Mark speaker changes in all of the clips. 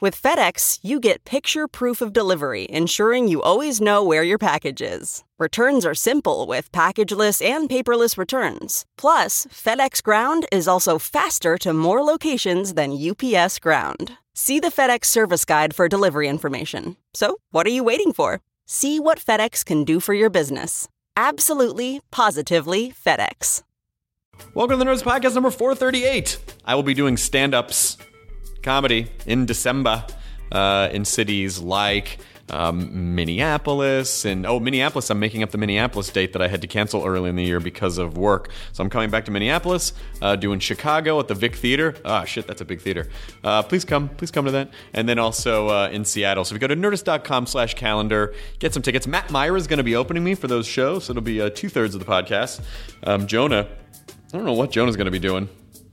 Speaker 1: With FedEx, you get picture proof of delivery, ensuring you always know where your package is. Returns are simple with packageless and paperless returns. Plus, FedEx Ground is also faster to more locations than UPS Ground. See the FedEx service guide for delivery information. So, what are you waiting for? See what FedEx can do for your business. Absolutely, positively FedEx.
Speaker 2: Welcome to the Nerds Podcast number 438. I will be doing stand ups comedy in December uh, in cities like um, Minneapolis and oh Minneapolis. I'm making up the Minneapolis date that I had to cancel early in the year because of work. So I'm coming back to Minneapolis, uh, doing Chicago at the Vic Theater. Ah, shit, that's a big theater. Uh, please come, please come to that. And then also uh, in Seattle. So if you go to Nerdist.com/calendar, get some tickets. Matt Myra is going to be opening me for those shows. So it'll be uh, two thirds of the podcast. Um, Jonah, I don't know what Jonah's going to be doing.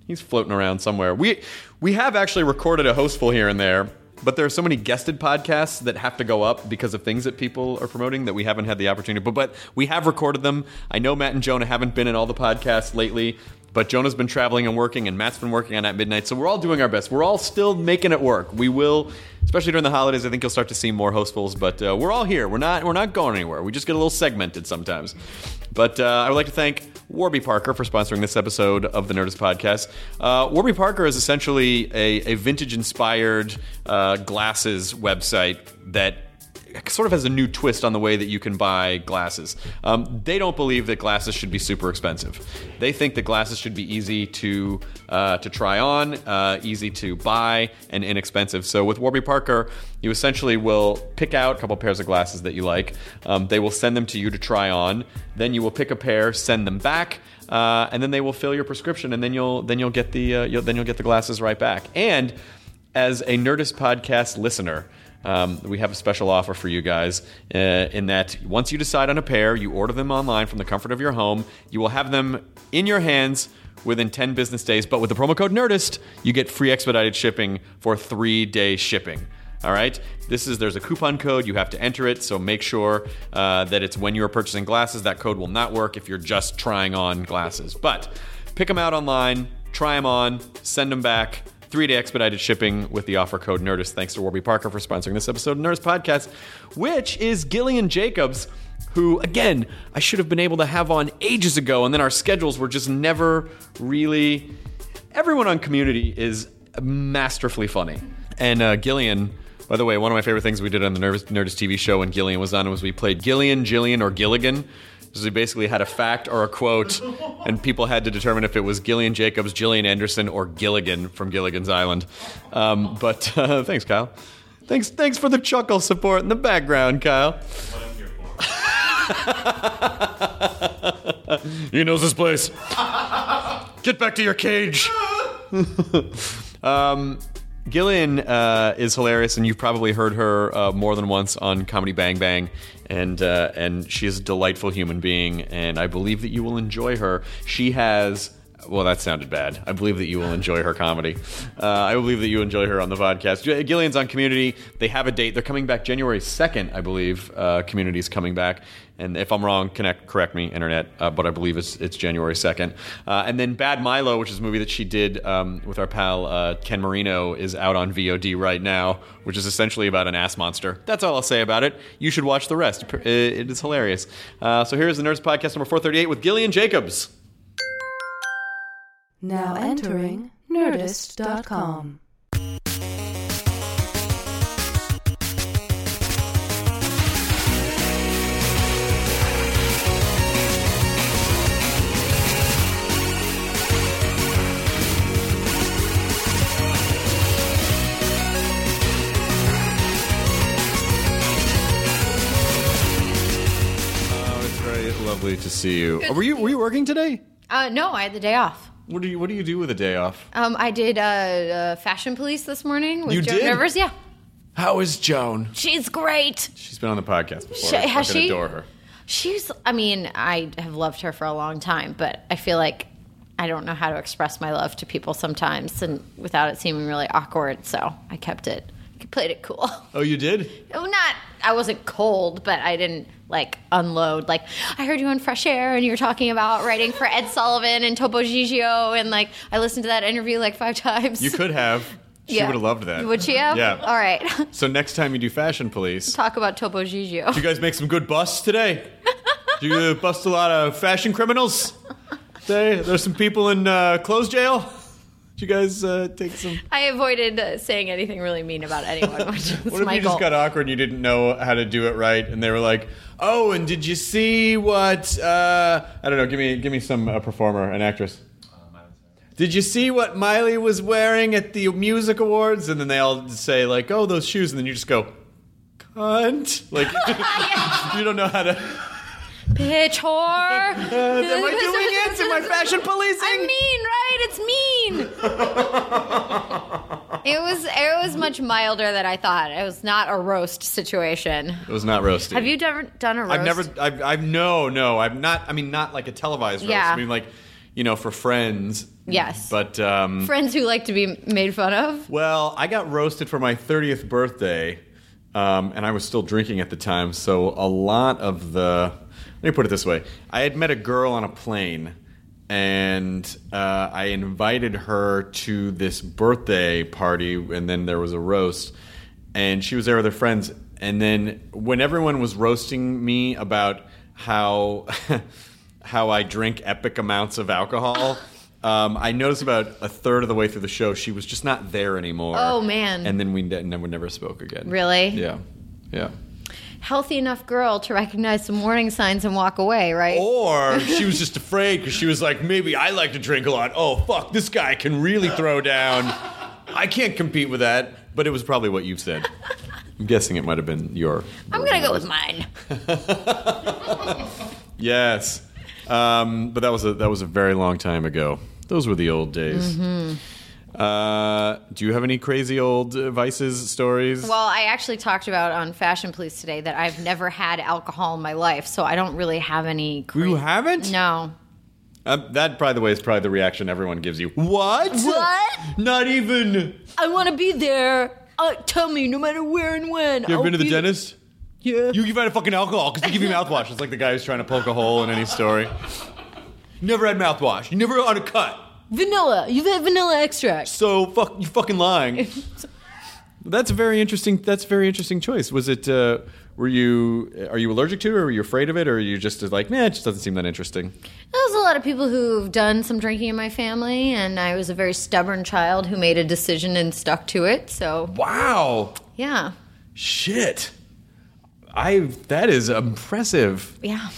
Speaker 2: He's floating around somewhere. We we have actually recorded a hostful here and there. But there are so many guested podcasts that have to go up because of things that people are promoting that we haven't had the opportunity. But but we have recorded them. I know Matt and Jonah haven't been in all the podcasts lately, but Jonah's been traveling and working, and Matt's been working on at midnight. So we're all doing our best. We're all still making it work. We will, especially during the holidays. I think you'll start to see more hostfuls. But uh, we're all here. We're not we're not going anywhere. We just get a little segmented sometimes. But uh, I would like to thank Warby Parker for sponsoring this episode of the Nerdist Podcast. Uh, Warby Parker is essentially a, a vintage inspired uh, glasses website that sort of has a new twist on the way that you can buy glasses. Um, they don't believe that glasses should be super expensive. They think that glasses should be easy to uh, to try on, uh, easy to buy, and inexpensive. So with Warby Parker, you essentially will pick out a couple pairs of glasses that you like. Um, they will send them to you to try on. Then you will pick a pair, send them back. Uh, and then they will fill your prescription, and then you'll then you'll get the uh, you'll, then you'll get the glasses right back. And as a Nerdist podcast listener, um, we have a special offer for you guys uh, in that once you decide on a pair, you order them online from the comfort of your home. You will have them in your hands within 10 business days. But with the promo code NERDIST, you get free expedited shipping for three day shipping. All right. This is there's a coupon code you have to enter it, so make sure uh, that it's when you are purchasing glasses. That code will not work if you're just trying on glasses. But pick them out online, try them on, send them back. Three day expedited shipping with the offer code Nerdist. Thanks to Warby Parker for sponsoring this episode of Nerdist Podcast, which is Gillian Jacobs, who, again, I should have been able to have on ages ago, and then our schedules were just never really. Everyone on community is masterfully funny. And uh, Gillian, by the way, one of my favorite things we did on the Nerdist, Nerdist TV show when Gillian was on was we played Gillian, Gillian, or Gilligan. So we basically had a fact or a quote, and people had to determine if it was Gillian Jacobs, Gillian Anderson, or Gilligan from Gilligan's Island. Um, but uh, thanks, Kyle. Thanks, thanks for the chuckle support in the background, Kyle. he knows this place. Get back to your cage. um, Gillian uh, is hilarious, and you've probably heard her uh, more than once on Comedy Bang Bang, and uh, and she is a delightful human being, and I believe that you will enjoy her. She has. Well, that sounded bad. I believe that you will enjoy her comedy. Uh, I believe that you enjoy her on the podcast. G- Gillian's on Community. They have a date. They're coming back January 2nd, I believe. Uh, Community is coming back. And if I'm wrong, connect, correct me, internet. Uh, but I believe it's, it's January 2nd. Uh, and then Bad Milo, which is a movie that she did um, with our pal uh, Ken Marino, is out on VOD right now, which is essentially about an ass monster. That's all I'll say about it. You should watch the rest. It it is hilarious. Uh, so here is the Nerds Podcast number 438 with Gillian Jacobs.
Speaker 3: Now entering Nerdist.com.
Speaker 2: Oh, Lovely to see you. Oh, were you were you working today?
Speaker 4: Uh, no, I had the day off.
Speaker 2: What do you What do you do with a day off?
Speaker 4: Um, I did uh, uh, Fashion Police this morning with
Speaker 2: You
Speaker 4: Joan
Speaker 2: did?
Speaker 4: Rivers. Yeah,
Speaker 2: How is Joan?
Speaker 4: she's great.
Speaker 2: She's been on the podcast before.
Speaker 4: She-
Speaker 2: I
Speaker 4: has
Speaker 2: fucking
Speaker 4: she?
Speaker 2: Adore her.
Speaker 4: She's. I mean, I have loved her for a long time, but I feel like I don't know how to express my love to people sometimes, and without it seeming really awkward. So I kept it. I played it cool.
Speaker 2: Oh, you did?
Speaker 4: Oh, not I wasn't cold, but I didn't like unload. Like I heard you on Fresh Air, and you were talking about writing for Ed Sullivan and Topo Gigio, and like I listened to that interview like five times.
Speaker 2: You could have. She
Speaker 4: Yeah.
Speaker 2: would have loved that.
Speaker 4: Would she have?
Speaker 2: Yeah.
Speaker 4: All right.
Speaker 2: So next time you do Fashion Police,
Speaker 4: Talk about Topo Gigio.
Speaker 2: you guys make some good busts today. Did you bust a lot of fashion criminals? Today, there's some people in uh, closed jail. Did you guys uh, take some?
Speaker 4: I avoided uh, saying anything really mean about anyone, which is
Speaker 2: What if
Speaker 4: my
Speaker 2: you
Speaker 4: goal.
Speaker 2: just got awkward and you didn't know how to do it right, and they were like, "Oh, and did you see what? Uh, I don't know. Give me, give me some uh, performer, an actress. Did you see what Miley was wearing at the music awards? And then they all say like, "Oh, those shoes," and then you just go, "Cunt!" Like you don't know how to.
Speaker 4: Bitch
Speaker 2: Uh,
Speaker 4: whore.
Speaker 2: am I doing it? Am I fashion policing?
Speaker 4: I'm mean, right? It's mean. it was it was much milder than I thought. It was not a roast situation.
Speaker 2: it was not roasting.
Speaker 4: Have you ever done a roast?
Speaker 2: I've never. I've, I've no, no. I've not. I mean, not like a televised roast.
Speaker 4: Yeah.
Speaker 2: I mean, like you know, for friends.
Speaker 4: Yes.
Speaker 2: But um,
Speaker 4: friends who like to be made fun of.
Speaker 2: Well, I got roasted for my 30th birthday, um, and I was still drinking at the time, so a lot of the. Let me put it this way I had met a girl on a plane, and uh, I invited her to this birthday party, and then there was a roast, and she was there with her friends. And then when everyone was roasting me about how. how I drink epic amounts of alcohol. Um, I noticed about a third of the way through the show, she was just not there anymore.
Speaker 4: Oh, man.
Speaker 2: And then we ne- never, never spoke again.
Speaker 4: Really?
Speaker 2: Yeah, yeah.
Speaker 4: Healthy enough girl to recognize some warning signs and walk away, right?
Speaker 2: Oh. Or she was just afraid because she was like, maybe I like to drink a lot. Oh fuck, this guy can really throw down. I can't compete with that. But it was probably what you said. I'm guessing it might have been your.
Speaker 4: I'm gonna go with mine.
Speaker 2: Yes, um, but that was a that was a very long time ago. Those were the old days. Uh, do you have any crazy old uh, vices stories?
Speaker 4: Well, I actually talked about on Fashion Police today that I've never had alcohol in my life, so I don't really have any. Cra-
Speaker 2: you haven't?
Speaker 4: No.
Speaker 2: Um, that, by the way, is probably the reaction everyone gives you. What?
Speaker 4: What?
Speaker 2: Not even.
Speaker 4: I want to be there. Uh, tell me, no matter where and when.
Speaker 2: You ever
Speaker 4: I'll
Speaker 2: been to the
Speaker 4: be-
Speaker 2: dentist? Yeah. You give out a fucking alcohol because they give you mouthwash. It's like the guy who's trying to poke a hole in any story. Never had mouthwash. You never on a cut.
Speaker 4: Vanilla. You've had vanilla extract.
Speaker 2: So fuck you fucking lying. that's a very interesting that's a very interesting choice. Was it uh were you are you allergic to it or were you afraid of it or are you just like, nah, it just doesn't seem that interesting?
Speaker 4: There's a lot of people who've done some drinking in my family, and I was a very stubborn child who made a decision and stuck to it. So,
Speaker 2: Wow.
Speaker 4: yeah.
Speaker 2: Shit. I that is impressive.
Speaker 4: Yeah.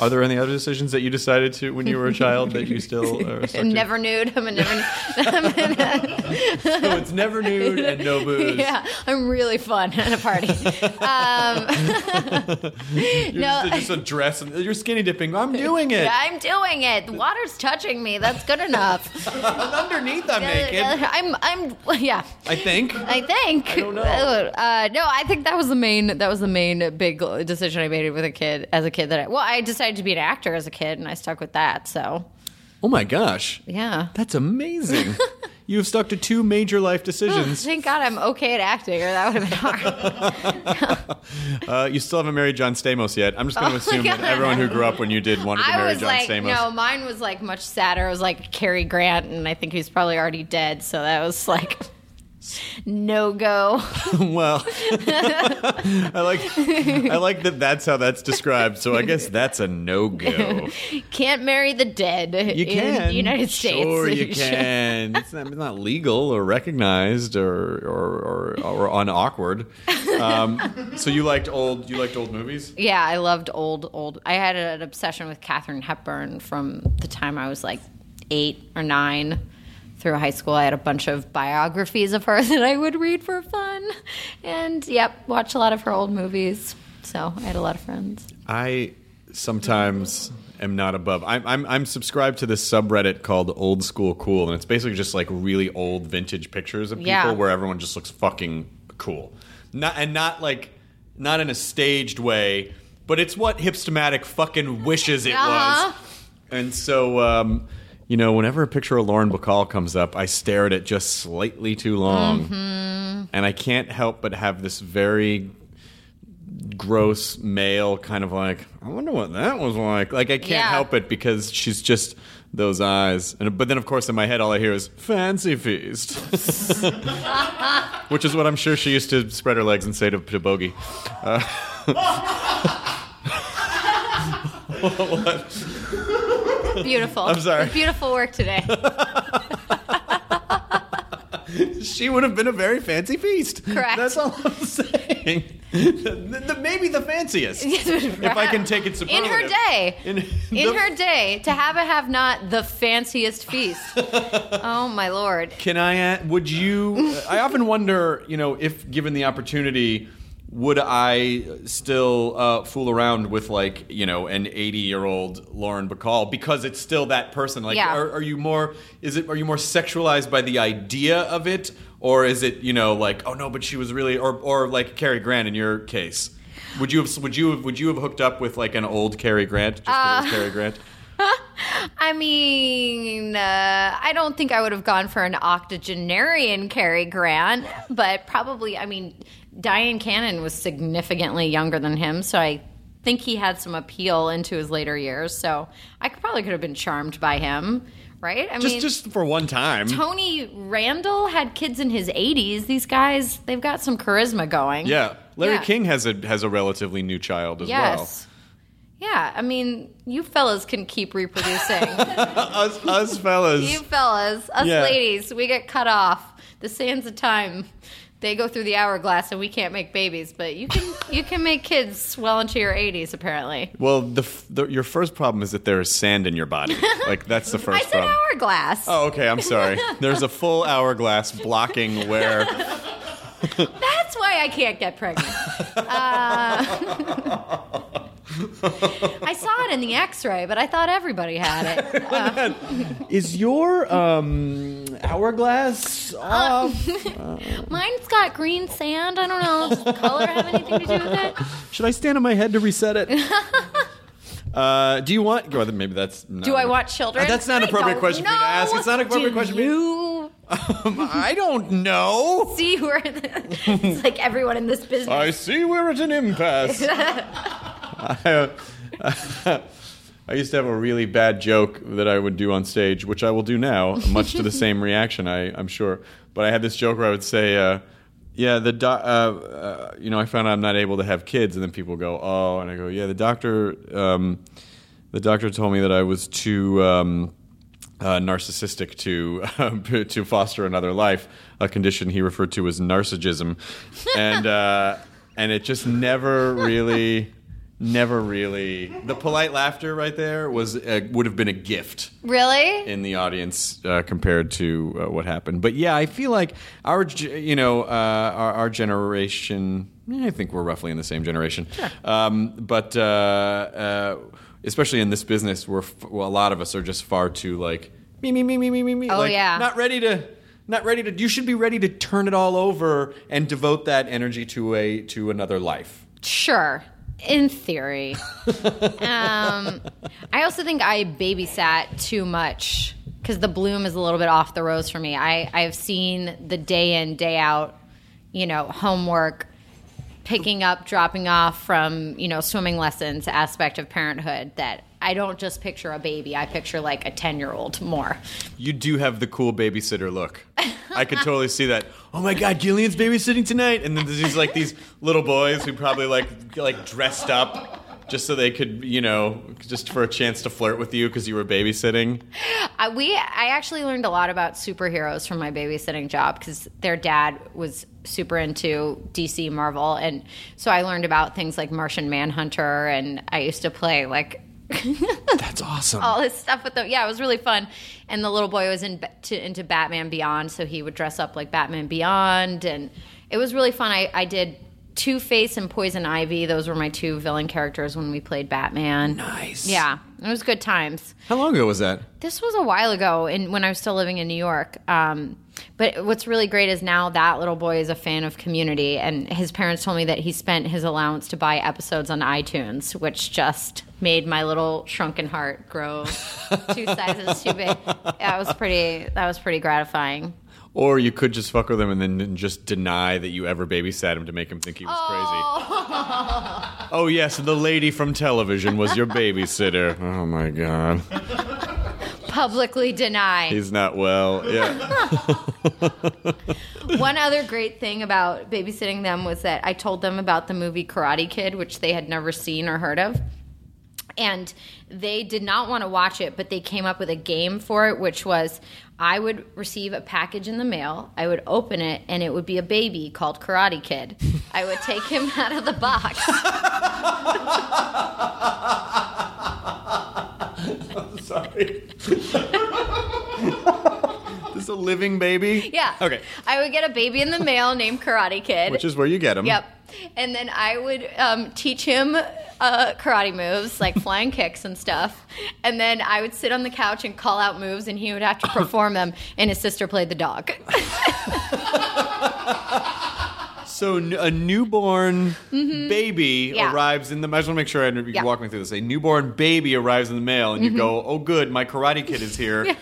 Speaker 2: Are there any other decisions that you decided to when you were a child that you still are stuck to?
Speaker 4: Never nude. I'm a never.
Speaker 2: So it's never nude and no booze.
Speaker 4: yeah, I'm really fun at a party. Um,
Speaker 2: You're just, just a dress. and- You're skinny dipping. I'm doing it.
Speaker 4: I'm doing it. The water's touching me. That's good enough.
Speaker 2: Underneath, I'm naked.
Speaker 4: I'm. I'm. Yeah.
Speaker 2: I think.
Speaker 4: I think. I
Speaker 2: don't know.
Speaker 4: Uh, no, I think that was the main. That was the main big decision I made with a kid. As a kid, that I, well, I decided to be an actor as a kid, and I stuck with that. So
Speaker 2: Oh my gosh.
Speaker 4: yeah.
Speaker 2: That's amazing. you have stuck to two major life decisions.
Speaker 4: Thank God I'm okay at acting, or that would have been hard.
Speaker 2: Uh, you still haven't married John Stamos yet. I'm just going to
Speaker 4: Oh my
Speaker 2: assume that
Speaker 4: God.
Speaker 2: everyone who grew up when you did wanted to
Speaker 4: I
Speaker 2: marry
Speaker 4: was
Speaker 2: John
Speaker 4: like,
Speaker 2: Stamos.
Speaker 4: no, mine was like much sadder. It was like Cary Grant, and I think he's probably already dead. So that was like no go.
Speaker 2: well, I like I like that. That's how that's described. So I guess that's a no go.
Speaker 4: Can't marry the dead
Speaker 2: You can
Speaker 4: in the United States.
Speaker 2: Sure, you can. It's not, it's not legal or recognized or or or, or unawkward. Um, so you liked old you liked old movies.
Speaker 4: Yeah, I loved old, old. I had an obsession with Katharine Hepburn from the time I was like eight or nine through high school. I had a bunch of biographies of her that I would read for fun. And yep, watch a lot of her old movies. So I had a lot of friends.
Speaker 2: I sometimes am not above. I'm, I'm, I'm subscribed to this subreddit called Old School Cool, and it's basically just like really old vintage pictures of people
Speaker 4: Yeah.
Speaker 2: where everyone just looks fucking cool. Not, and not like, not in a staged way, but it's what hipstomatic fucking wishes it
Speaker 4: Uh-huh.
Speaker 2: was. And so, um, you know, whenever a picture of Lauren Bacall comes up, I stare at it just slightly too long.
Speaker 4: Mm-hmm.
Speaker 2: And I can't help but have this very gross male kind of like, I wonder what that was like. Like, I can't
Speaker 4: Yeah.
Speaker 2: help it because she's just those eyes. And, but then, of course, in my head, all I hear is fancy feast, which is what I'm sure she used to spread her legs and say to, to Bogey. Uh, what?
Speaker 4: Beautiful.
Speaker 2: I'm sorry.
Speaker 4: Beautiful work today.
Speaker 2: she would have been a very fancy feast.
Speaker 4: Correct.
Speaker 2: That's all I'm saying. The- the- maybe the fanciest. If I can take it
Speaker 4: in
Speaker 2: superlative.
Speaker 4: her day.
Speaker 2: In,
Speaker 4: In
Speaker 2: the-
Speaker 4: her day, to have a have not the fanciest feast. oh my lord.
Speaker 2: Can I? a- Would you? I often wonder, you know, if given the opportunity, would I still uh, fool around with like, you know, an eighty-year-old Lauren Bacall because it's still that person? Like,
Speaker 4: Yeah.
Speaker 2: are, are you more? Is it? Are you more sexualized by the idea of it, or is it, you know, like, oh no, but she was really, or or like Cary Grant in your case? Would you have? Would you have? Would you have hooked up with like an old Cary Grant? Just 'cause
Speaker 4: Uh,
Speaker 2: it was Cary Grant.
Speaker 4: I mean, uh, I don't think I would have gone for an octogenarian Cary Grant, but probably, I mean, Diane Cannon was significantly younger than him, so I think he had some appeal into his later years. So I could, probably could have been charmed by him, right? I
Speaker 2: Just
Speaker 4: mean,
Speaker 2: just for one time.
Speaker 4: Tony Randall had kids in his 80s. These guys, they've got some charisma going.
Speaker 2: Yeah, Larry
Speaker 4: Yeah.
Speaker 2: King has a has a relatively new child as
Speaker 4: Yes. Yeah, I mean, you fellas can keep reproducing.
Speaker 2: well. Us, us fellas.
Speaker 4: you fellas, us
Speaker 2: Yeah.
Speaker 4: ladies, we get cut off. The sands of time, they go through the hourglass, and we can't make babies. But you can, you can make kids well into your 80s, apparently.
Speaker 2: well, the, f- the your first problem is that there is sand in your body. Like that's the
Speaker 4: I
Speaker 2: first
Speaker 4: said
Speaker 2: problem.
Speaker 4: hourglass.
Speaker 2: Oh, okay. I'm sorry. There's a full hourglass blocking where
Speaker 4: That's why I can't get pregnant. Uh, I saw it in the X-ray, but I thought everybody had it.
Speaker 2: is your um, hourglass
Speaker 4: Uh.
Speaker 2: off?
Speaker 4: Mine's got green sand. I don't know. Does the color have anything to do with it?
Speaker 2: Should I stand on my head to reset it? Uh, do you want? Well, maybe that's. Not
Speaker 4: Do I want children?
Speaker 2: Uh, that's not an
Speaker 4: I
Speaker 2: appropriate
Speaker 4: don't
Speaker 2: question for you to
Speaker 4: know.
Speaker 2: ask. It's not an appropriate
Speaker 4: Do
Speaker 2: question for
Speaker 4: You
Speaker 2: I don't know.
Speaker 4: see where the, it's like everyone in this business.
Speaker 2: I see we're at an impasse. I, uh, I used to have a really bad joke that I would do on stage, which I will do now, much to the same reaction, I, I'm sure. But I had this joke where I would say, uh, "Yeah, the doc, uh, uh, you know, I found out I'm not able to have kids," and then people go, "Oh," and I go, "Yeah, the doctor, um, the doctor told me that I was too." Um, uh, narcissistic to uh, to foster another life, a condition he referred to as narcissism, and uh, and it just never really, never really. The polite laughter right there was uh, would have been a gift
Speaker 4: really?
Speaker 2: in the audience uh, compared to uh, what happened. But yeah, I feel like our ge- you know uh, our, our generation. eh, I think we're roughly in the same generation. Um, but uh, uh, especially in this business, we're f- well, a lot of us are just far too like me me me me me me me.
Speaker 4: Oh,
Speaker 2: like,
Speaker 4: yeah.
Speaker 2: not ready to. Not ready to. You should be ready to turn it all over and devote that energy to a to another life.
Speaker 4: Sure. In theory. um, I also think I babysat too much because the bloom is a little bit off the rose for me. I, I've seen the day in, day out, you know, homework, picking up, dropping off from, you know, swimming lessons aspect of parenthood that I don't just picture a baby. I picture like a 10 year old more.
Speaker 2: You do have the cool babysitter look. I could totally see that. Oh my God, Gillian's babysitting tonight, and then there's these like these little boys who probably like get, like dressed up just so they could, you know, just for a chance to flirt with you because you were babysitting.
Speaker 4: I, we I actually learned a lot about superheroes from my babysitting job because their dad was super into DC Marvel, and so I learned about things like Martian Manhunter, and I used to play like
Speaker 2: That's awesome.
Speaker 4: all this stuff with them. Yeah, it was really fun. And the little boy was in, to, into Batman Beyond, so he would dress up like Batman Beyond, and it was really fun. I, I did Two Face and Poison Ivy. Those were my two villain characters when we played Batman. Nice. Yeah, it was good times.
Speaker 2: How long ago was that?
Speaker 4: This was a while ago, and when I was still living in New York. Um, but what's really great is now that little boy is a fan of Community, and his parents told me that he spent his allowance to buy episodes on iTunes, which just made my little shrunken heart grow two sizes too big. That was pretty. That was pretty gratifying.
Speaker 2: Or you could just fuck with him and then just deny that you ever babysat him to make him think he was
Speaker 4: Oh.
Speaker 2: crazy. oh yes, the lady from television was your babysitter. Oh my god.
Speaker 4: Publicly deny.
Speaker 2: He's not well. Yeah.
Speaker 4: One other great thing about babysitting them was that I told them about the movie Karate Kid, which they had never seen or heard of. And they did not want to watch it, but they came up with a game for it, which was I would receive a package in the mail, I would open it, and it would be a baby called Karate Kid. I would take him out of the box.
Speaker 2: Sorry. this is a living baby?
Speaker 4: Yeah.
Speaker 2: Okay.
Speaker 4: I would get a baby in the mail named Karate Kid.
Speaker 2: Which is where you get him.
Speaker 4: Yep. And then I would um, teach him uh, karate moves, like flying kicks and stuff. And then I would sit on the couch and call out moves, and he would have to perform them. And his sister played the dog.
Speaker 2: So n- a newborn baby
Speaker 4: Mm-hmm. Yeah.
Speaker 2: arrives in the. I just want to make sure I, you
Speaker 4: Yeah. Mm-hmm.
Speaker 2: walk me through this. A newborn baby arrives in the mail, and you go, "Oh, good, my Karate Kid is here."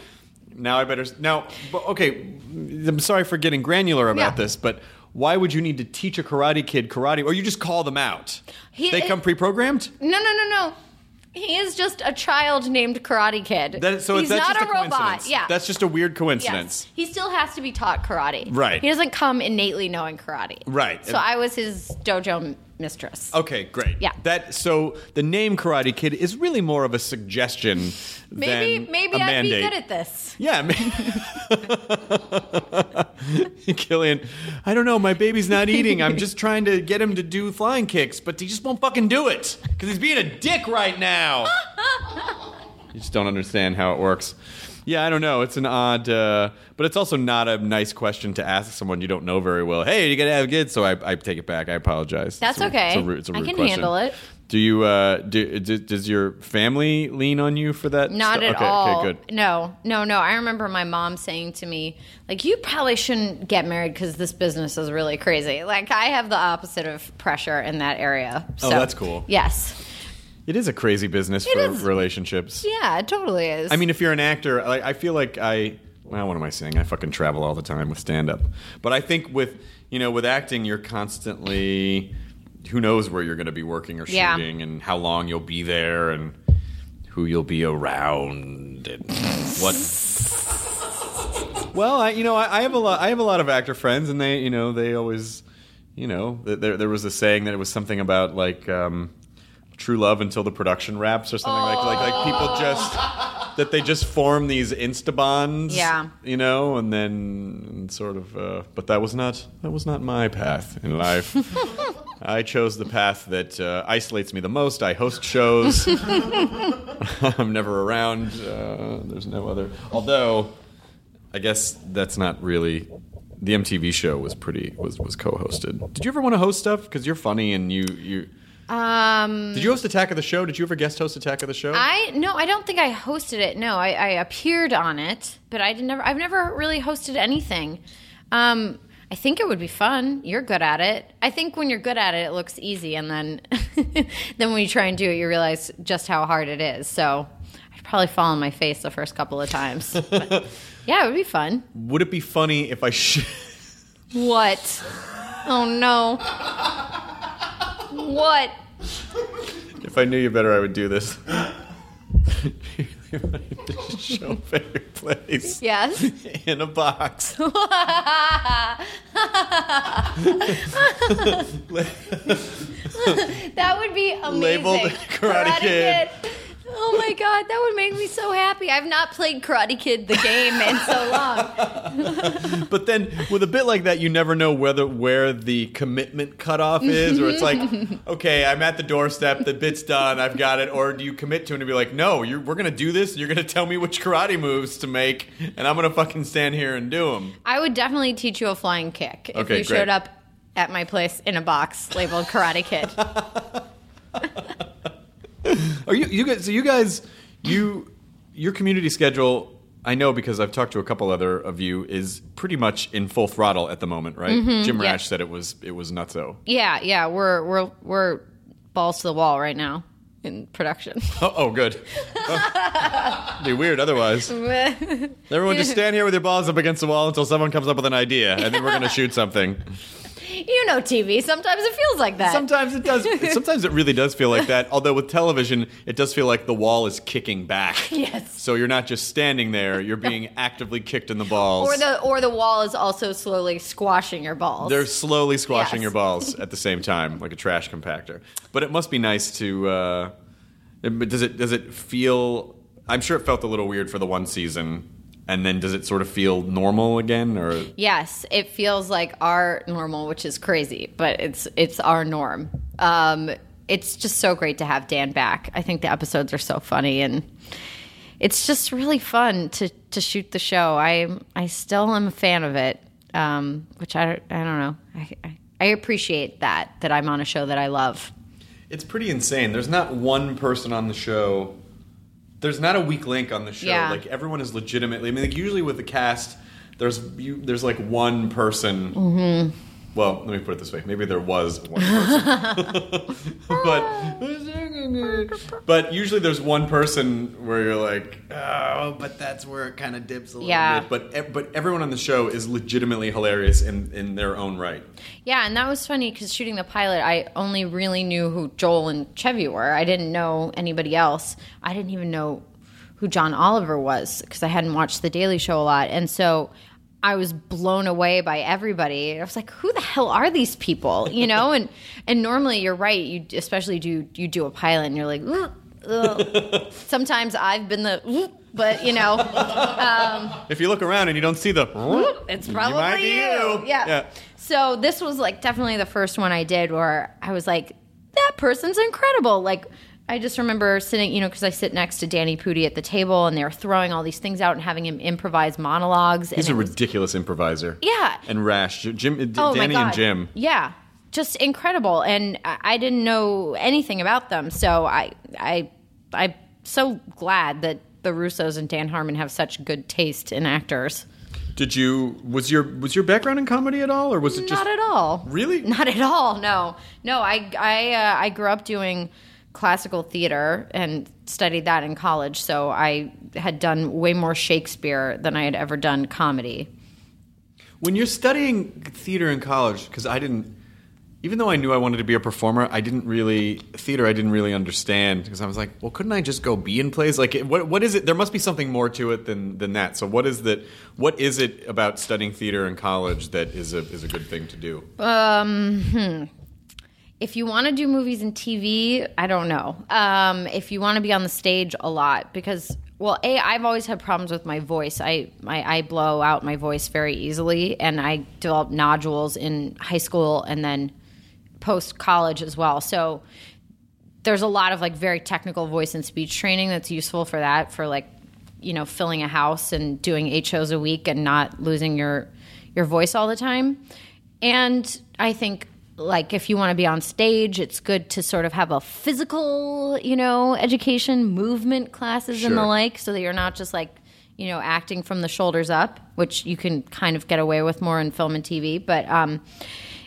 Speaker 2: Now I better. s- Now, bu- okay, I'm sorry for getting granular about
Speaker 4: Yeah.
Speaker 2: this, but why would you need to teach a Karate Kid karate, or you just call them out?
Speaker 4: He-
Speaker 2: they come pre-programmed.
Speaker 4: no, no, no, no. He is just a child named Karate Kid.
Speaker 2: That, so
Speaker 4: He's
Speaker 2: that's
Speaker 4: not
Speaker 2: just a,
Speaker 4: a, robot.
Speaker 2: coincidence.
Speaker 4: Yeah.
Speaker 2: that's just a weird coincidence.
Speaker 4: Yes. He still has to be taught karate.
Speaker 2: Right.
Speaker 4: He doesn't come innately knowing karate.
Speaker 2: Right.
Speaker 4: So I was his dojo mistress.
Speaker 2: Okay, great.
Speaker 4: Yeah.
Speaker 2: That so the name Karate Kid is really more of a suggestion
Speaker 4: maybe
Speaker 2: than
Speaker 4: maybe
Speaker 2: a
Speaker 4: I'd
Speaker 2: mandate.
Speaker 4: be good at this.
Speaker 2: Yeah. Killian, I don't know. My baby's not eating. I'm just trying to get him to do flying kicks, but he just won't fucking do it because he's being a dick right now. you just don't understand how it works. Yeah, I don't know. It's an odd, uh, but it's also not a nice question to ask someone you don't know very well. Hey, you gotta have kids, so I, I take it back. I apologize.
Speaker 4: That's
Speaker 2: It's a-
Speaker 4: okay.
Speaker 2: It's a rude, it's a
Speaker 4: I
Speaker 2: rude
Speaker 4: can
Speaker 2: question.
Speaker 4: handle it.
Speaker 2: Do you? Uh, do, do, does your family lean on you for that?
Speaker 4: Not
Speaker 2: stu-
Speaker 4: at
Speaker 2: okay,
Speaker 4: all.
Speaker 2: Okay, good.
Speaker 4: No, no, no. I remember my mom saying to me, like, you probably shouldn't get married because this business is really crazy. Like, I have the opposite of pressure in that area.
Speaker 2: Oh,
Speaker 4: So,
Speaker 2: that's cool.
Speaker 4: Yes.
Speaker 2: It is a crazy business for
Speaker 4: is.
Speaker 2: relationships.
Speaker 4: Yeah, it totally is.
Speaker 2: I mean, if you're an actor, like, I feel like I. Well, what am I saying? I fucking travel all the time with stand up. But I think with, you know, with acting, you're constantly. Who knows where you're going to be working or
Speaker 4: Yeah.
Speaker 2: shooting and how long you'll be there and who you'll be around and what. Well, I, you know, I, I have a lot. I have a lot of actor friends, and they, you know, they always, you know, th- there there was a saying that it was something about like um, true love until the production wraps or something like like like people just that they just form these insta bonds.
Speaker 4: Yeah.
Speaker 2: you know, and then and sort of. Uh, but that was not that was not my path in life. I chose the path that uh, isolates me the most. I host shows. I'm never around. Uh, there's no other. Although, I guess that's not really. The MTV show was pretty was was co-hosted. Did you ever want to host stuff? Because you're funny and you you. Um, Did you host Attack of the Show? Did you ever guest host Attack of the Show?
Speaker 4: I no, I don't think I hosted it. No, I, I appeared on it, but I didn't. Never, I've never really hosted anything. Um, I think it would be fun. You're good at it. I think when you're good at it, it looks easy, and then then when you try and do it, you realize just how hard it is. So I'd probably fall on my face the first couple of times. But, yeah, it would be fun.
Speaker 2: Would it be funny if I sh-
Speaker 4: What? Oh no. What?
Speaker 2: if I knew you better I would do this. show favorite place
Speaker 4: Yes.
Speaker 2: in a box.
Speaker 4: That would be amazing.
Speaker 2: Labeled Karate Kid.
Speaker 4: Oh my god, that would make me so happy. I've not played Karate Kid the game in so long.
Speaker 2: But then with a bit like that, you never know whether where the commitment cutoff is, or it's like, okay, I'm at the doorstep, the bit's done, I've got it. Or do you commit to it and be like, no, you're, we're gonna do this, and you're gonna tell me which karate moves to make, and I'm gonna fucking stand here and do them.
Speaker 4: I would definitely teach you a flying kick if
Speaker 2: Okay,
Speaker 4: you
Speaker 2: great.
Speaker 4: showed up at my place in a box labeled Karate Kid.
Speaker 2: Are you you guys? So you guys, you your community schedule. I know because I've talked to a couple other of you is pretty much in full throttle at the moment, right? Jim Rash said it was it was nutso.
Speaker 4: yeah, yeah, we're we're we're balls to the wall right now in production.
Speaker 2: Oh, oh good. Oh. Be weird otherwise. Everyone just stand here with your balls up against the wall until someone comes up with an idea, and then we're gonna shoot something.
Speaker 4: you know TV, sometimes it feels like that.
Speaker 2: Sometimes it does. Sometimes it really does feel like that. Although with television, it does feel like the wall is kicking back.
Speaker 4: Yes.
Speaker 2: So you're not just standing there; you're being actively kicked in the balls.
Speaker 4: or the or the wall is also slowly squashing your balls.
Speaker 2: They're slowly squashing
Speaker 4: Yes.
Speaker 2: your balls at the same time, like a trash compactor. But it must be nice to. Uh, but does it does it feel? I'm sure it felt a little weird for the one season, and then does it sort of feel normal again? Or
Speaker 4: Yes, it feels like our normal, which is crazy, but it's it's our norm. Um, it's just so great to have Dan back. I think the episodes are so funny, and it's just really fun to to shoot the show. I I still am a fan of it, um, which I don't, I don't know. I, I I appreciate that that I'm on a show that I love.
Speaker 2: it's pretty insane. There's not one person on the show. There's not a weak link on the show.
Speaker 4: Yeah.
Speaker 2: Like everyone is legitimately. I mean, like usually with the cast, there's you, there's like one person.
Speaker 4: Mm-hmm.
Speaker 2: Well, let me put it this way. Maybe there was one person, but but usually there's one person where you're like, oh, but that's where it kind of dips a little
Speaker 4: Yeah.
Speaker 2: bit. But ev- but everyone on the show is legitimately hilarious in in their own right.
Speaker 4: Yeah, and that was funny because shooting the pilot, I only really knew who Joel and Chevy were. I didn't know anybody else. I didn't even know who John Oliver was because I hadn't watched The Daily Show a lot. And so I was blown away by everybody. I was like, who the hell are these people? You know, and and normally you're right. You especially do you do a pilot and you're like, "Ugh, ugh." sometimes I've been the, "Ugh," but you know.
Speaker 2: If you look around and you don't see the,
Speaker 4: It's
Speaker 2: You
Speaker 4: probably
Speaker 2: might be
Speaker 4: you.
Speaker 2: you.
Speaker 4: Yeah.
Speaker 2: Yeah.
Speaker 4: So this was like definitely the first one I did where I was like, that person's incredible. Like, I just remember sitting, you know, because I sit next to Danny Pudi at the table and they were throwing all these things out and having him improvise monologues.
Speaker 2: He's a
Speaker 4: and it was-
Speaker 2: ridiculous improviser.
Speaker 4: Yeah.
Speaker 2: And rash. Jim, Jim-
Speaker 4: Oh, my
Speaker 2: Danny and
Speaker 4: God.
Speaker 2: Jim.
Speaker 4: Yeah. Just incredible. And I I didn't know anything about them. So I, I, I'm so glad that the Russos and Dan Harmon have such good taste in actors.
Speaker 2: Did you was your was your background in comedy at all, or was it just
Speaker 4: Not at all.
Speaker 2: Really?
Speaker 4: Not at all. No, no. I I uh, I grew up doing classical theater and studied that in college, so I had done way more Shakespeare than I had ever done comedy.
Speaker 2: when you're studying theater in college? Because I didn't, even though I knew I wanted to be a performer, I didn't really theater. I didn't really understand because I was like, well, couldn't I just go be in plays? Like, what what is it? There must be something more to it than than that. So, what is that? What is it about studying theater in college that is a is a good thing to do?
Speaker 4: Um, hmm. If you want to do movies and TV, I don't know. Um, if you want to be on the stage a lot, because well, a I've always had problems with my voice. I I, I blow out my voice very easily, and I developed nodules in high school and then post college as well. So there's a lot of like very technical voice and speech training that's useful for that for like you know filling a house and doing eight shows a week and not losing your your voice all the time and i think like if you want to be on stage it's good to sort of have a physical you know education movement classes and the
Speaker 2: Sure.
Speaker 4: like so that you're not just like you know acting from the shoulders up which you can kind of get away with more in film and tv but um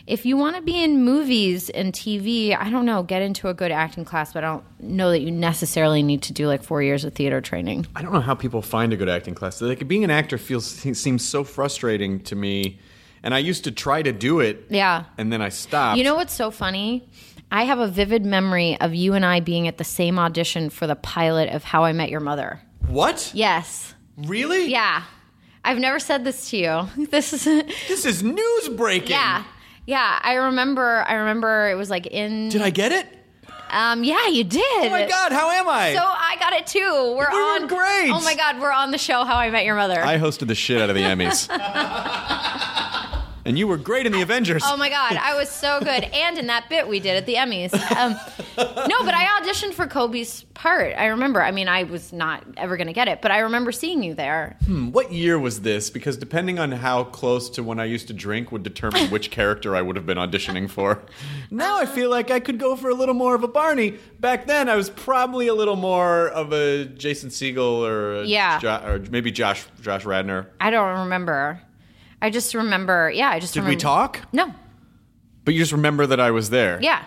Speaker 4: if you want to be in movies and TV, I don't know, get into a good acting class, but I don't know that you necessarily need to do like four years of theater training.
Speaker 2: I don't know how people find a good acting class. Like being an actor feels seems so frustrating to me, and I used to try to do it.
Speaker 4: Yeah.
Speaker 2: and then I stopped.
Speaker 4: You know what's so funny? I have a vivid memory of you and I being at the same audition for the pilot of How I Met Your Mother.
Speaker 2: what?
Speaker 4: Yes.
Speaker 2: Really?
Speaker 4: Yeah. I've never said this to you. This is
Speaker 2: This is news breaking.
Speaker 4: Yeah. Yeah, I remember I remember it was like in
Speaker 2: Did I get it?
Speaker 4: um yeah, you did.
Speaker 2: Oh my god! How am I?
Speaker 4: So I got it too. We're
Speaker 2: We were
Speaker 4: on
Speaker 2: great.
Speaker 4: Oh my god, we're on the show How I Met Your Mother.
Speaker 2: I hosted the shit out of the Emmys. and you were great in the Avengers.
Speaker 4: Oh my god, I was so good, and in that bit we did at the Emmys. Um, no, but I auditioned for Kobe's part. I remember. I mean, I was not ever going to get it, but I remember seeing you there.
Speaker 2: What year was this? Because depending on how close to when I used to drink would determine which character I would have been auditioning for. Now I feel like I could go for a little more of a Barney. Back then I was probably a little more of a Jason Siegel or a
Speaker 4: Yeah.
Speaker 2: Jo- or maybe Josh Josh Radner.
Speaker 4: I don't remember. I just remember. Yeah, I just.
Speaker 2: Did we
Speaker 4: remember-
Speaker 2: talk?
Speaker 4: No.
Speaker 2: But you just remember that I was there.
Speaker 4: Yeah.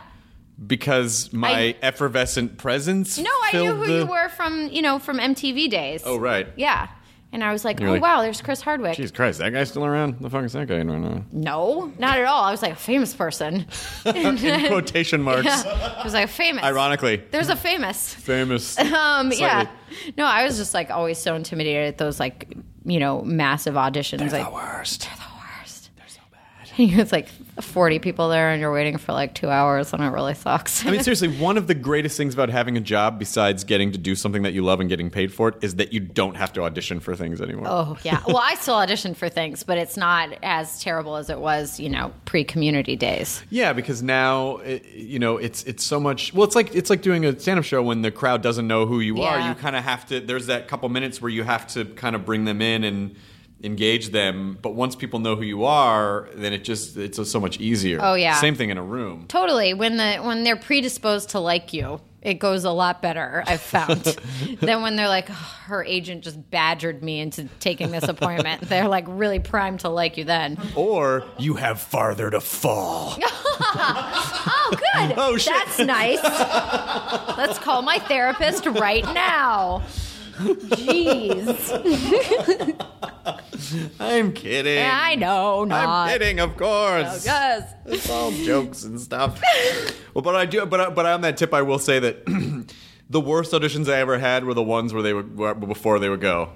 Speaker 2: Because my
Speaker 4: I-
Speaker 2: effervescent presence.
Speaker 4: No, I knew
Speaker 2: filled
Speaker 4: who
Speaker 2: the-
Speaker 4: you were from. You know, from MTV days.
Speaker 2: Oh right.
Speaker 4: Yeah. And I was like,
Speaker 2: You're
Speaker 4: oh
Speaker 2: like-
Speaker 4: wow, there's Chris Hardwick.
Speaker 2: Jesus Christ, that guy's still around? The fuck is that guy in right now?
Speaker 4: No, not at all. I was like a famous person.
Speaker 2: In quotation marks.
Speaker 4: I was like famous.
Speaker 2: Ironically.
Speaker 4: There's a famous.
Speaker 2: Famous.
Speaker 4: Um, yeah.
Speaker 2: Slightly.
Speaker 4: No, I was just like always so intimidated at those like you know massive auditions. like
Speaker 2: worst.
Speaker 4: it's like forty people there, and you're waiting for like two hours, and it really sucks.
Speaker 2: I mean, seriously, one of the greatest things about having a job, besides getting to do something that you love and getting paid for it, is that you don't have to audition for things anymore.
Speaker 4: oh yeah. Well, I still audition for things, but it's not as terrible as it was, you know, pre-community days.
Speaker 2: Yeah, because now i- you know it's it's so much. Well, it's like it's like doing a stand-up show when the crowd doesn't know who you are.
Speaker 4: Yeah.
Speaker 2: You kind of have to. There's that couple minutes where you have to kind of bring them in and engage them. But once people know who you are, then it just it's so much easier.
Speaker 4: Oh, yeah.
Speaker 2: Same thing in a room.
Speaker 4: Totally. When the when they're predisposed to like you, it goes a lot better. I've found than when they're like, "Ugh, her agent just badgered me into taking this appointment. they're like really primed to like you then.
Speaker 2: Or you have farther to fall.
Speaker 4: Oh, good.
Speaker 2: Oh, shit.
Speaker 4: That's nice. Let's call my therapist right now. Jeez.
Speaker 2: I'm kidding.
Speaker 4: I know
Speaker 2: I'm
Speaker 4: not.
Speaker 2: kidding, of course.
Speaker 4: Yes.
Speaker 2: It's all jokes and stuff. well, but I do. But but on that tip, I will say that the worst auditions I ever had were the ones where they would where, before they would go.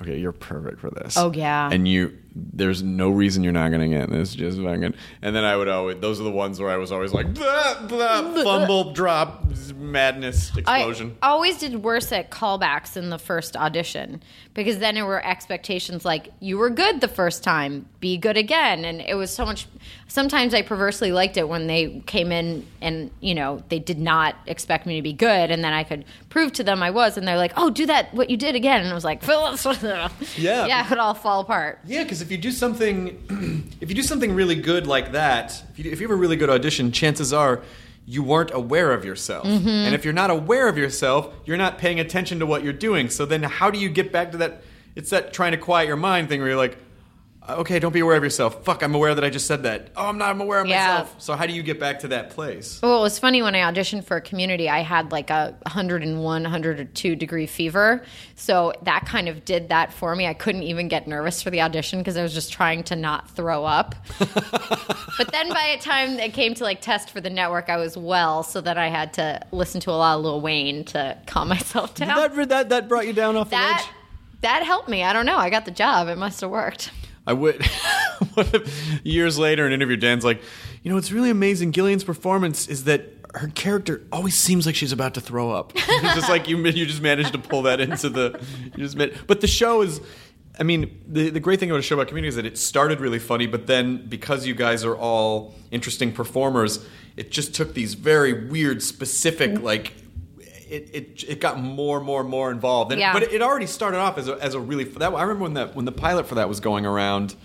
Speaker 2: Okay, you're perfect for this.
Speaker 4: Oh, yeah.
Speaker 2: And you, there's no reason you're not going to get this. Just fucking. And then I would always. Those are the ones where I was always like, blah, blah, fumble, drop, madness, explosion.
Speaker 4: I always did worse at callbacks in the first audition because then there were expectations like you were good the first time, be good again, and it was so much. Sometimes I perversely liked it when they came in and you know they did not expect me to be good, and then I could prove to them I was, and they're like, "Oh, do that what you did again," and I was like, "Phil, yeah,
Speaker 2: Yeah.
Speaker 4: yeah, it would all fall apart."
Speaker 2: Yeah, because if you do something, if you do something really good like that, if you, if you have a really good audition, chances are you weren't aware of yourself.
Speaker 4: Mm-hmm.
Speaker 2: And if you're not aware of yourself, you're not paying attention to what you're doing. So then, how do you get back to that? It's that trying to quiet your mind thing where you're like, uh, okay, don't be aware of yourself. Fuck, I'm aware that I just said that. Oh, I'm not. I'm aware of
Speaker 4: Yeah.
Speaker 2: myself. So how do you get back to that place?
Speaker 4: Well, it was funny when I auditioned for a community, I had like a 101, 102 degree fever. So that kind of did that for me. I couldn't even get nervous for the audition because I was just trying to not throw up. but then by the time it came to like test for the network, I was well, so that I had to listen to a lot of Lil Wayne to calm myself down. That,
Speaker 2: That, that that brought you down off the
Speaker 4: that,
Speaker 2: edge.
Speaker 4: helped me. I don't know. I got the job. It must have worked.
Speaker 2: I would. what if years later, in an interview, Dan's like, you know, what's really amazing. Gillian's performance is that her character always seems like she's about to throw up. it's just like you, you just managed to pull that into the. You just man- but the show is. I mean, the, the great thing about a show about community is that it started really funny, but then because you guys are all interesting performers, it just took these very weird, specific, like, it, it, it got more, more, more involved. And,
Speaker 4: Yeah.
Speaker 2: But it, it already started off as a, as a really that I remember when that when the pilot for that was going around,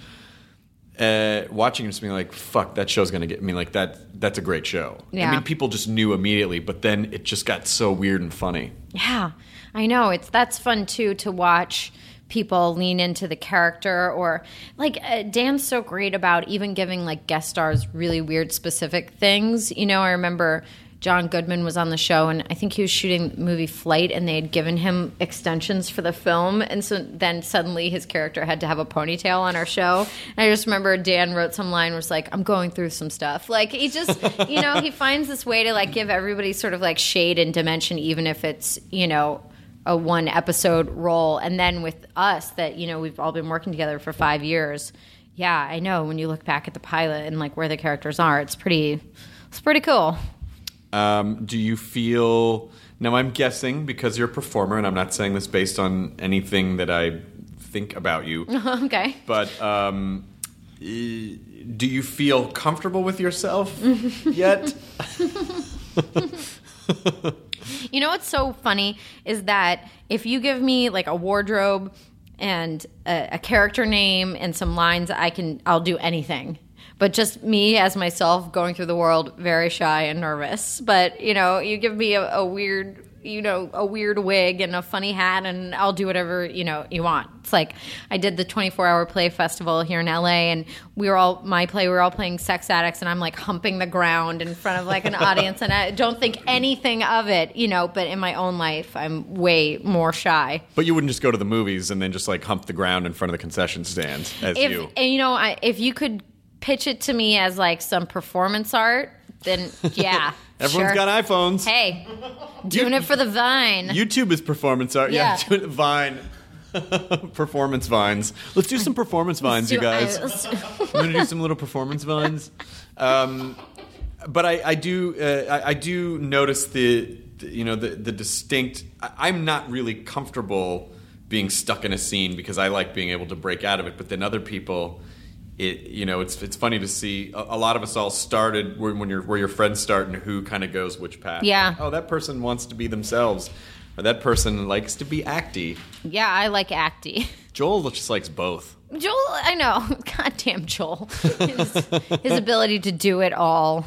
Speaker 2: uh, watching it just being like, "Fuck, that show's gonna get me." Like that that's a great show.
Speaker 4: Yeah.
Speaker 2: I mean, people just knew immediately, but then it just got so weird and funny.
Speaker 4: Yeah, I know. It's that's fun too to watch people lean into the character or like uh, Dan's so great about even giving like guest stars really weird specific things. You know, I remember John Goodman was on the show and I think he was shooting the movie Flight and they had given him extensions for the film and so then suddenly his character had to have a ponytail on our show. And I just remember Dan wrote some line was like I'm going through some stuff. Like he just, you know, he finds this way to like give everybody sort of like shade and dimension even if it's, you know, a one episode role and then with us that you know we've all been working together for five years yeah i know when you look back at the pilot and like where the characters are it's pretty it's pretty cool
Speaker 2: Um, do you feel now? I'm guessing because you're a performer, and I'm not saying this based on anything that I think about you,
Speaker 4: okay
Speaker 2: but um, e- do you feel comfortable with yourself yet?
Speaker 4: You know what's so funny is that if you give me like a wardrobe and a, a character name and some lines, I can I'll do anything. But just me as myself going through the world, very shy and nervous. But you know, you give me a, a weird you know a weird wig and a funny hat and i'll do whatever you know you want it's like i did the 24 hour play festival here in la and we were all my play we were all playing sex addicts and i'm like humping the ground in front of like an audience and i don't think anything of it you know but in my own life i'm way more shy
Speaker 2: But you wouldn't just go to the movies and then just like hump the ground in front of the concession stand as
Speaker 4: if
Speaker 2: you.
Speaker 4: and, you know I, if you could pitch it to me as like some performance art then yeah
Speaker 2: Everyone's
Speaker 4: sure.
Speaker 2: got iPhones.
Speaker 4: hey doing it for the vine
Speaker 2: YouTube is performance art. Yeah,
Speaker 4: Yeah.
Speaker 2: doing Vine. performance vines. Let's do some performance vines, you
Speaker 4: Do I-
Speaker 2: guys. I'm gonna do some little performance vines. Um, but I, I do, uh, I, I do notice the, the- you know, the, the distinct. I, I'm not really comfortable being stuck in a scene because I like being able to break out of it. But then other people, it, you know, it's it's funny to see. A, a lot of us all started when, when you're where your friends start and who kind of goes which path.
Speaker 4: Yeah.
Speaker 2: oh, that person wants to be themselves, or that person likes to be acty.
Speaker 4: yeah i like acty
Speaker 2: Joel just likes both.
Speaker 4: Joel, I know. Goddamn Joel. His, his ability to do it all.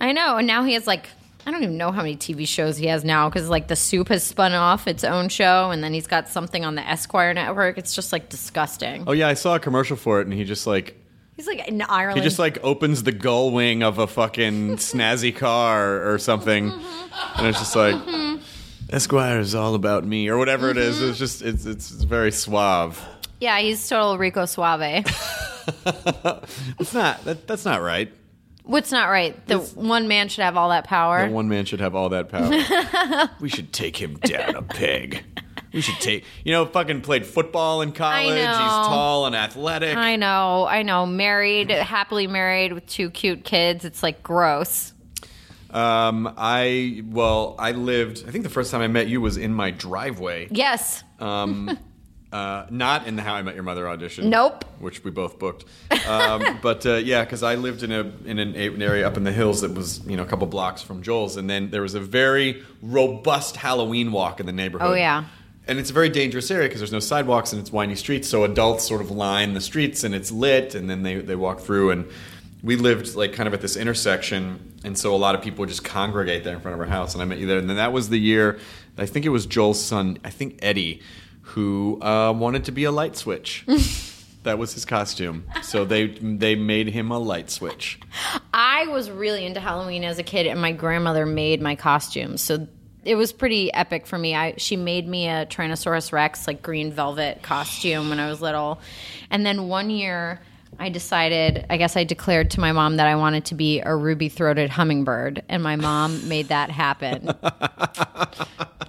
Speaker 4: I know. And now he has like, I don't even know how many TV shows he has now because like The Soup has spun off its own show and then he's got something on the Esquire network. It's just like disgusting.
Speaker 2: Oh yeah, I saw a commercial for it, and he just like
Speaker 4: He's like in Ireland.
Speaker 2: He just like opens the gull wing of a fucking snazzy car or something, and it's just like Esquire is all about me or whatever it
Speaker 4: Mm-hmm.
Speaker 2: is. It's just it's it's very suave.
Speaker 4: yeah, he's total Rico Suave.
Speaker 2: It's not that, that's not right.
Speaker 4: What's not right? The one man should have all that power.
Speaker 2: That one man should have all that power. we should take him down a peg. We should take you know fucking played football in college. He's
Speaker 4: know.
Speaker 2: tall and athletic.
Speaker 4: I know. I know. Married, happily married with two cute kids. It's like gross.
Speaker 2: Um, I well I lived. I think the first time I met you was in my driveway.
Speaker 4: Yes.
Speaker 2: Um, uh, not in the How I Met Your Mother audition.
Speaker 4: Nope.
Speaker 2: Which we both booked. Um, but uh, yeah, because I lived in a in an, a- an area up in the hills that was you know a couple blocks from Joel's, and then there was a very robust Halloween walk in the neighborhood.
Speaker 4: Oh, yeah.
Speaker 2: And it's a very dangerous area because there's no sidewalks and it's windy streets, so adults sort of line the streets and it's lit, and then they, they walk through. And we lived like kind of at this intersection, and so a lot of people would just congregate there in front of our house. And I met you there, and then that was the year I think it was Joel's son, I think Eddie, who uh, wanted to be a light switch. that was his costume, so they they made him a light switch.
Speaker 4: I was really into Halloween as a kid, and my grandmother made my costumes, so it was pretty epic for me. I she made me a Tyrannosaurus Rex like green velvet costume when I was little, and then one year I decided, I guess I declared to my mom that I wanted to be a ruby throated hummingbird, and my mom made that happen.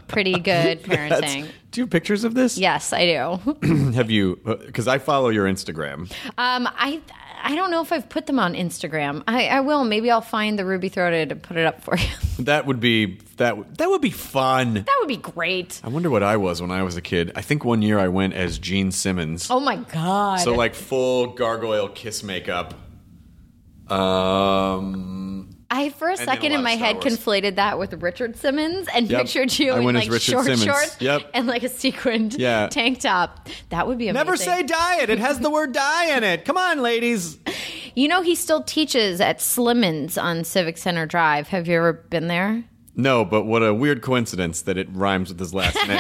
Speaker 4: pretty good parenting.
Speaker 2: Do you have pictures of this?
Speaker 4: Yes, I do.
Speaker 2: Have you? Because I follow your Instagram.
Speaker 4: Um, I I don't know if I've put them on Instagram. I, I will. Maybe I'll find the ruby throated and put it up for you.
Speaker 2: That would be that. w- That would be fun.
Speaker 4: That would be great.
Speaker 2: I wonder what I was when I was a kid. I think one year I went as Gene Simmons.
Speaker 4: Oh my god.
Speaker 2: so like full gargoyle kiss makeup. Um,
Speaker 4: I for a
Speaker 2: then a lot
Speaker 4: second in
Speaker 2: of
Speaker 4: my
Speaker 2: Star
Speaker 4: head
Speaker 2: Wars.
Speaker 4: conflated that with Richard Simmons and
Speaker 2: Yep.
Speaker 4: pictured you
Speaker 2: I
Speaker 4: in
Speaker 2: went as
Speaker 4: like
Speaker 2: Richard
Speaker 4: short
Speaker 2: Simmons.
Speaker 4: shorts
Speaker 2: Yep.
Speaker 4: and like a sequined
Speaker 2: Yeah.
Speaker 4: tank top. That would be amazing.
Speaker 2: never say diet. It has the word die in it. Come on, ladies.
Speaker 4: You know he still teaches at Slimmins on Civic Center Drive. Have you ever been there?
Speaker 2: No, but what a weird coincidence that it rhymes with his last name.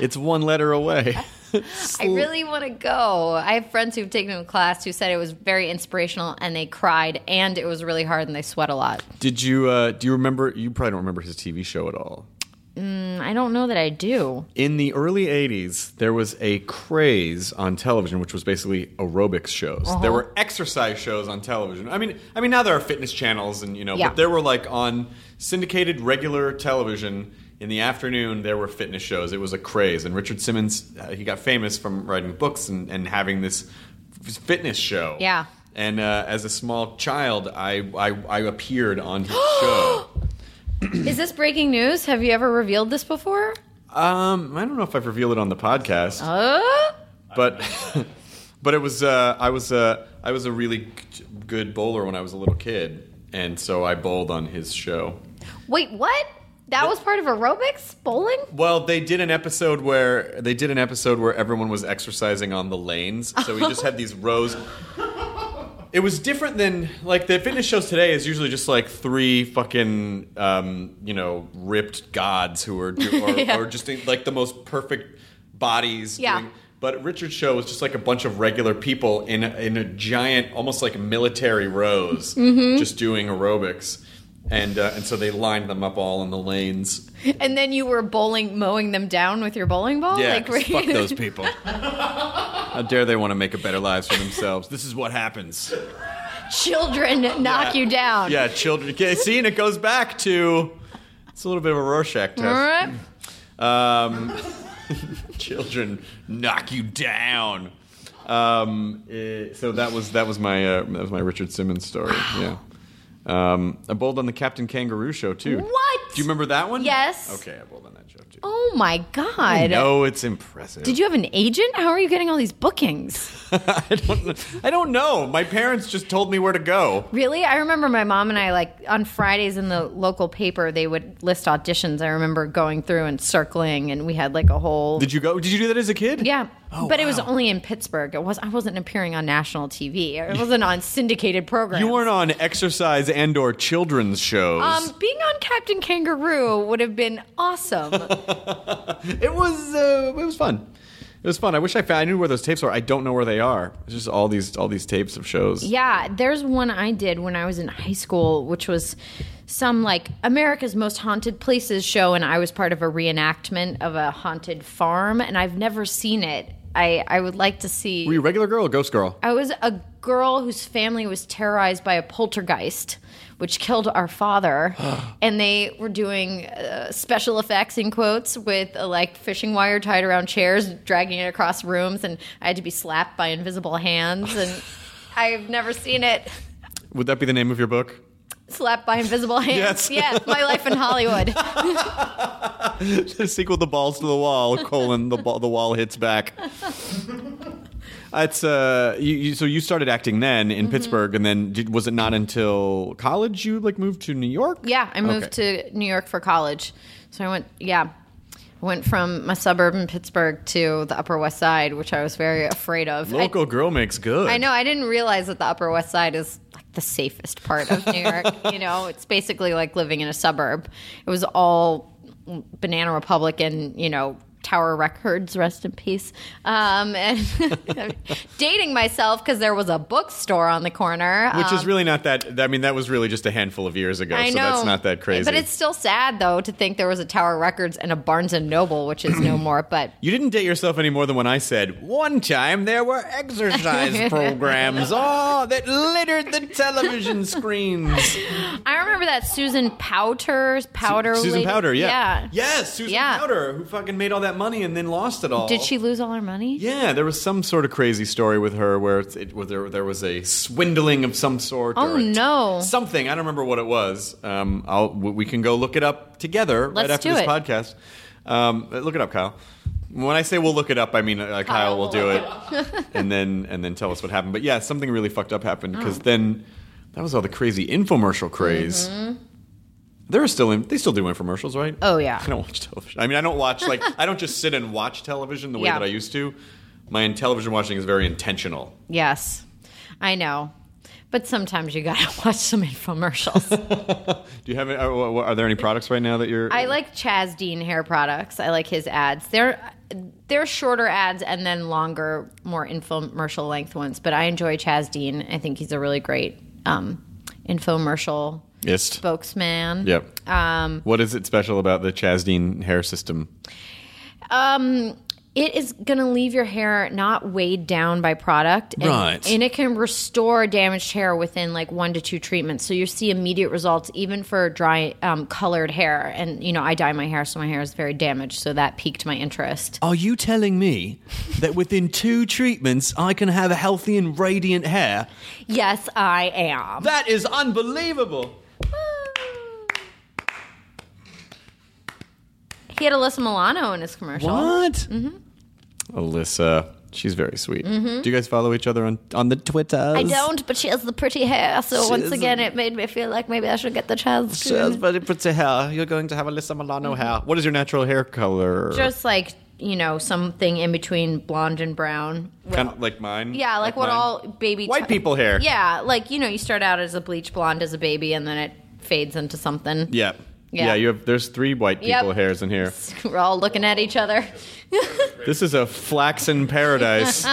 Speaker 2: it's one letter away.
Speaker 4: I really want to go. I have friends who've taken a class who said it was very inspirational and they cried and it was really hard and they sweat a lot.
Speaker 2: Did you? Uh, do you remember? You probably don't remember his TV show at all.
Speaker 4: I don't know that I do.
Speaker 2: In the early 80s, there was a craze on television, which was basically aerobics shows.
Speaker 4: Uh-huh.
Speaker 2: There were exercise shows on television. I mean, I mean now there are fitness channels, and you know,
Speaker 4: Yeah.
Speaker 2: but there were like on syndicated regular television in the afternoon. There were fitness shows. It was a craze, and Richard Simmons uh, he got famous from writing books and, and having this f- fitness show.
Speaker 4: Yeah.
Speaker 2: And uh, as a small child, I I, I appeared on his show.
Speaker 4: Is this breaking news? Have you ever revealed this before? Oh.
Speaker 2: Um, I don't know if I've revealed it on the podcast.
Speaker 4: Uh?
Speaker 2: but But it was uh, I was uh, I was a really g- good bowler when I was a little kid, and so I bowled on his show.
Speaker 4: Wait, what? That was part of aerobics? Bowling?
Speaker 2: Well, they did an episode where they did an episode where everyone was exercising on the lanes, so we just had these rows. It was different than like the fitness shows today is usually just like three fucking um, you know ripped gods who are do, or, or just in, like the most perfect bodies.
Speaker 4: Yeah.
Speaker 2: doing- but Richard's show was just like a bunch of regular people in in a giant, almost like military rows, just doing aerobics, and uh, and so they lined them up all in the lanes.
Speaker 4: And then you were bowling, mowing them down with your bowling ball?
Speaker 2: Yeah,
Speaker 4: Oh, Like,
Speaker 2: 'cause fuck
Speaker 4: were you-
Speaker 2: those people. How dare they want to make a better lives for themselves? This is what happens.
Speaker 4: Children knock you down.
Speaker 2: Yeah, children. Okay, See, and it goes back to it's a little bit of a Rorschach
Speaker 4: All
Speaker 2: test.
Speaker 4: right.
Speaker 2: Um, children knock you down. Um, eh, so that was that was my uh, that was my Richard Simmons story. Yeah. Um, I bowled on the Captain Kangaroo show too.
Speaker 4: What?
Speaker 2: Do you remember that one?
Speaker 4: Yes.
Speaker 2: Okay, I bowled on that show too.
Speaker 4: Oh my God.
Speaker 2: No, it's impressive.
Speaker 4: Did you have an agent? How are you getting all these bookings?
Speaker 2: I don't. kn- I don't know. My parents just told me where to go.
Speaker 4: Really? I remember my mom and I, like, on Fridays in the local paper, they would list auditions. I remember going through and circling, and we had, like, a whole.
Speaker 2: Did you Oh, go? Did you do that as a kid?
Speaker 4: Yeah. but it was only in Pittsburgh. It was I wasn't appearing on national TV. I wasn't on syndicated programs.
Speaker 2: You weren't on exercise and/or children's shows.
Speaker 4: um, being on Captain Kangaroo would have been awesome.
Speaker 2: it was. Uh, it was fun. It was fun. I wish I found. I knew where those tapes were. I don't know where they are. It's just all these all these tapes of shows.
Speaker 4: yeah, there's one I did when I was in high school, which was some like America's Most Haunted Places show, and I was part of a reenactment of a haunted farm, and I've never seen it. I, I would like to see.
Speaker 2: Were you regular girl or ghost girl?
Speaker 4: I was a girl whose family was terrorized by a poltergeist, which killed our father. and they were doing uh, special effects in quotes with uh, like fishing wire tied around chairs, dragging it across rooms, and I had to be slapped by invisible hands. And I've never seen it.
Speaker 2: Would that be the name of your book?
Speaker 4: Slapped by invisible hands.
Speaker 2: Yes.
Speaker 4: yes my life in Hollywood.
Speaker 2: the sequel, "The Balls to the Wall: colon The ball, the wall hits back." That's uh, you, you, so you started acting then in
Speaker 4: Mm-hmm.
Speaker 2: Pittsburgh, and then did, was it not until college you like moved to New York?
Speaker 4: Yeah, I moved to New York for college. So I went, yeah, I went from my suburb in Pittsburgh to the Upper West Side, which I was very afraid of. I-
Speaker 2: Local girl makes good.
Speaker 4: I know. I didn't realize that the Upper West Side is like the safest part of New York. you know, it's basically like living in a suburb. It was all Banana Republic and you know Tower Records, rest in peace. Um, and dating myself because there was a bookstore on the corner. Uh,
Speaker 2: Which is really not that. I mean, that was really just a handful of years ago,
Speaker 4: um, I
Speaker 2: so
Speaker 4: know
Speaker 2: that's not that crazy.
Speaker 4: But it's still sad though to think there was a Tower Records and a Barnes and Noble, which is no more. But
Speaker 2: you didn't date yourself any more than when I said one time there were exercise programs oh that littered the television screens.
Speaker 4: I remember that Susan Powder Powder
Speaker 2: Susan
Speaker 4: lady-
Speaker 2: Powder, yeah,
Speaker 4: yeah.
Speaker 2: yes, Susan
Speaker 4: Yeah.
Speaker 2: Powder, who fucking made all that money and then lost it all.
Speaker 4: Did she lose all her money?
Speaker 2: Yeah, there was some sort of crazy story with her where it, it where there there was a swindling of some sort.
Speaker 4: Oh,
Speaker 2: or a-
Speaker 4: no.
Speaker 2: Something I don't remember what it was. Um, I'll w- we can go look it up together
Speaker 4: Let's
Speaker 2: right after
Speaker 4: do
Speaker 2: this
Speaker 4: it.
Speaker 2: podcast. Um, uh, look it up, Kyle. When I say we'll look it up, I mean uh, Kyle,
Speaker 4: Kyle
Speaker 2: will
Speaker 4: will
Speaker 2: do
Speaker 4: look
Speaker 2: it, and then and then tell us what happened. But yeah, something really fucked up
Speaker 4: Oh.
Speaker 2: happened because then that was all the crazy infomercial craze. They're still in, they still do infomercials, right?
Speaker 4: Mm-hmm. Oh, yeah.
Speaker 2: I don't watch television. I mean, I don't watch like I don't just sit and watch television the way
Speaker 4: Yeah.
Speaker 2: that I used to. My television watching is very intentional.
Speaker 4: Yes, I know. But sometimes you gotta watch some infomercials.
Speaker 2: Do you have any, are, are there any products right now that you're?
Speaker 4: I like Chaz Dean hair products. I like his ads. They're they're shorter ads and then longer, more infomercial length ones. But I enjoy Chaz Dean. I think he's a really great um, infomercial
Speaker 2: Ist.
Speaker 4: spokesman.
Speaker 2: Yep. Um, what is it special about the Chasdeen hair system?
Speaker 4: Um, It is gonna leave your hair not weighed down by product, and,
Speaker 2: Right.
Speaker 4: And it can restore damaged hair within like one to two treatments. So you see immediate results, even for dry um, colored hair. And you know, I dye my hair, so my hair is very damaged. So that piqued my interest.
Speaker 2: Are you telling me that within two treatments I can have a healthy and radiant hair?
Speaker 4: Yes, I am.
Speaker 2: That is unbelievable.
Speaker 4: He had Alyssa Milano in his commercial.
Speaker 2: What? Mm-hmm. Alyssa. She's very sweet. Do you guys follow each other on on the Twitter?
Speaker 4: Mm-hmm. I don't, but she has the pretty hair. So once again, it made me feel like maybe I should get the chance.
Speaker 2: She has
Speaker 4: To.
Speaker 2: very pretty hair. You're going to have Alyssa Milano hair. What is your natural hair color?
Speaker 4: Mm-hmm. Just like you know, something in between blonde and brown.
Speaker 2: kind of like mine.
Speaker 4: Yeah, like, what
Speaker 2: mine.
Speaker 4: all baby
Speaker 2: White people hair.
Speaker 4: Yeah, like you know, you start out as a bleach blonde as a baby, and then it fades into something.
Speaker 2: Yeah.
Speaker 4: Yeah.
Speaker 2: Yeah. you have there's three white people
Speaker 4: Yep.
Speaker 2: hairs in here.
Speaker 4: We're all looking at each other.
Speaker 2: This is a flaxen paradise.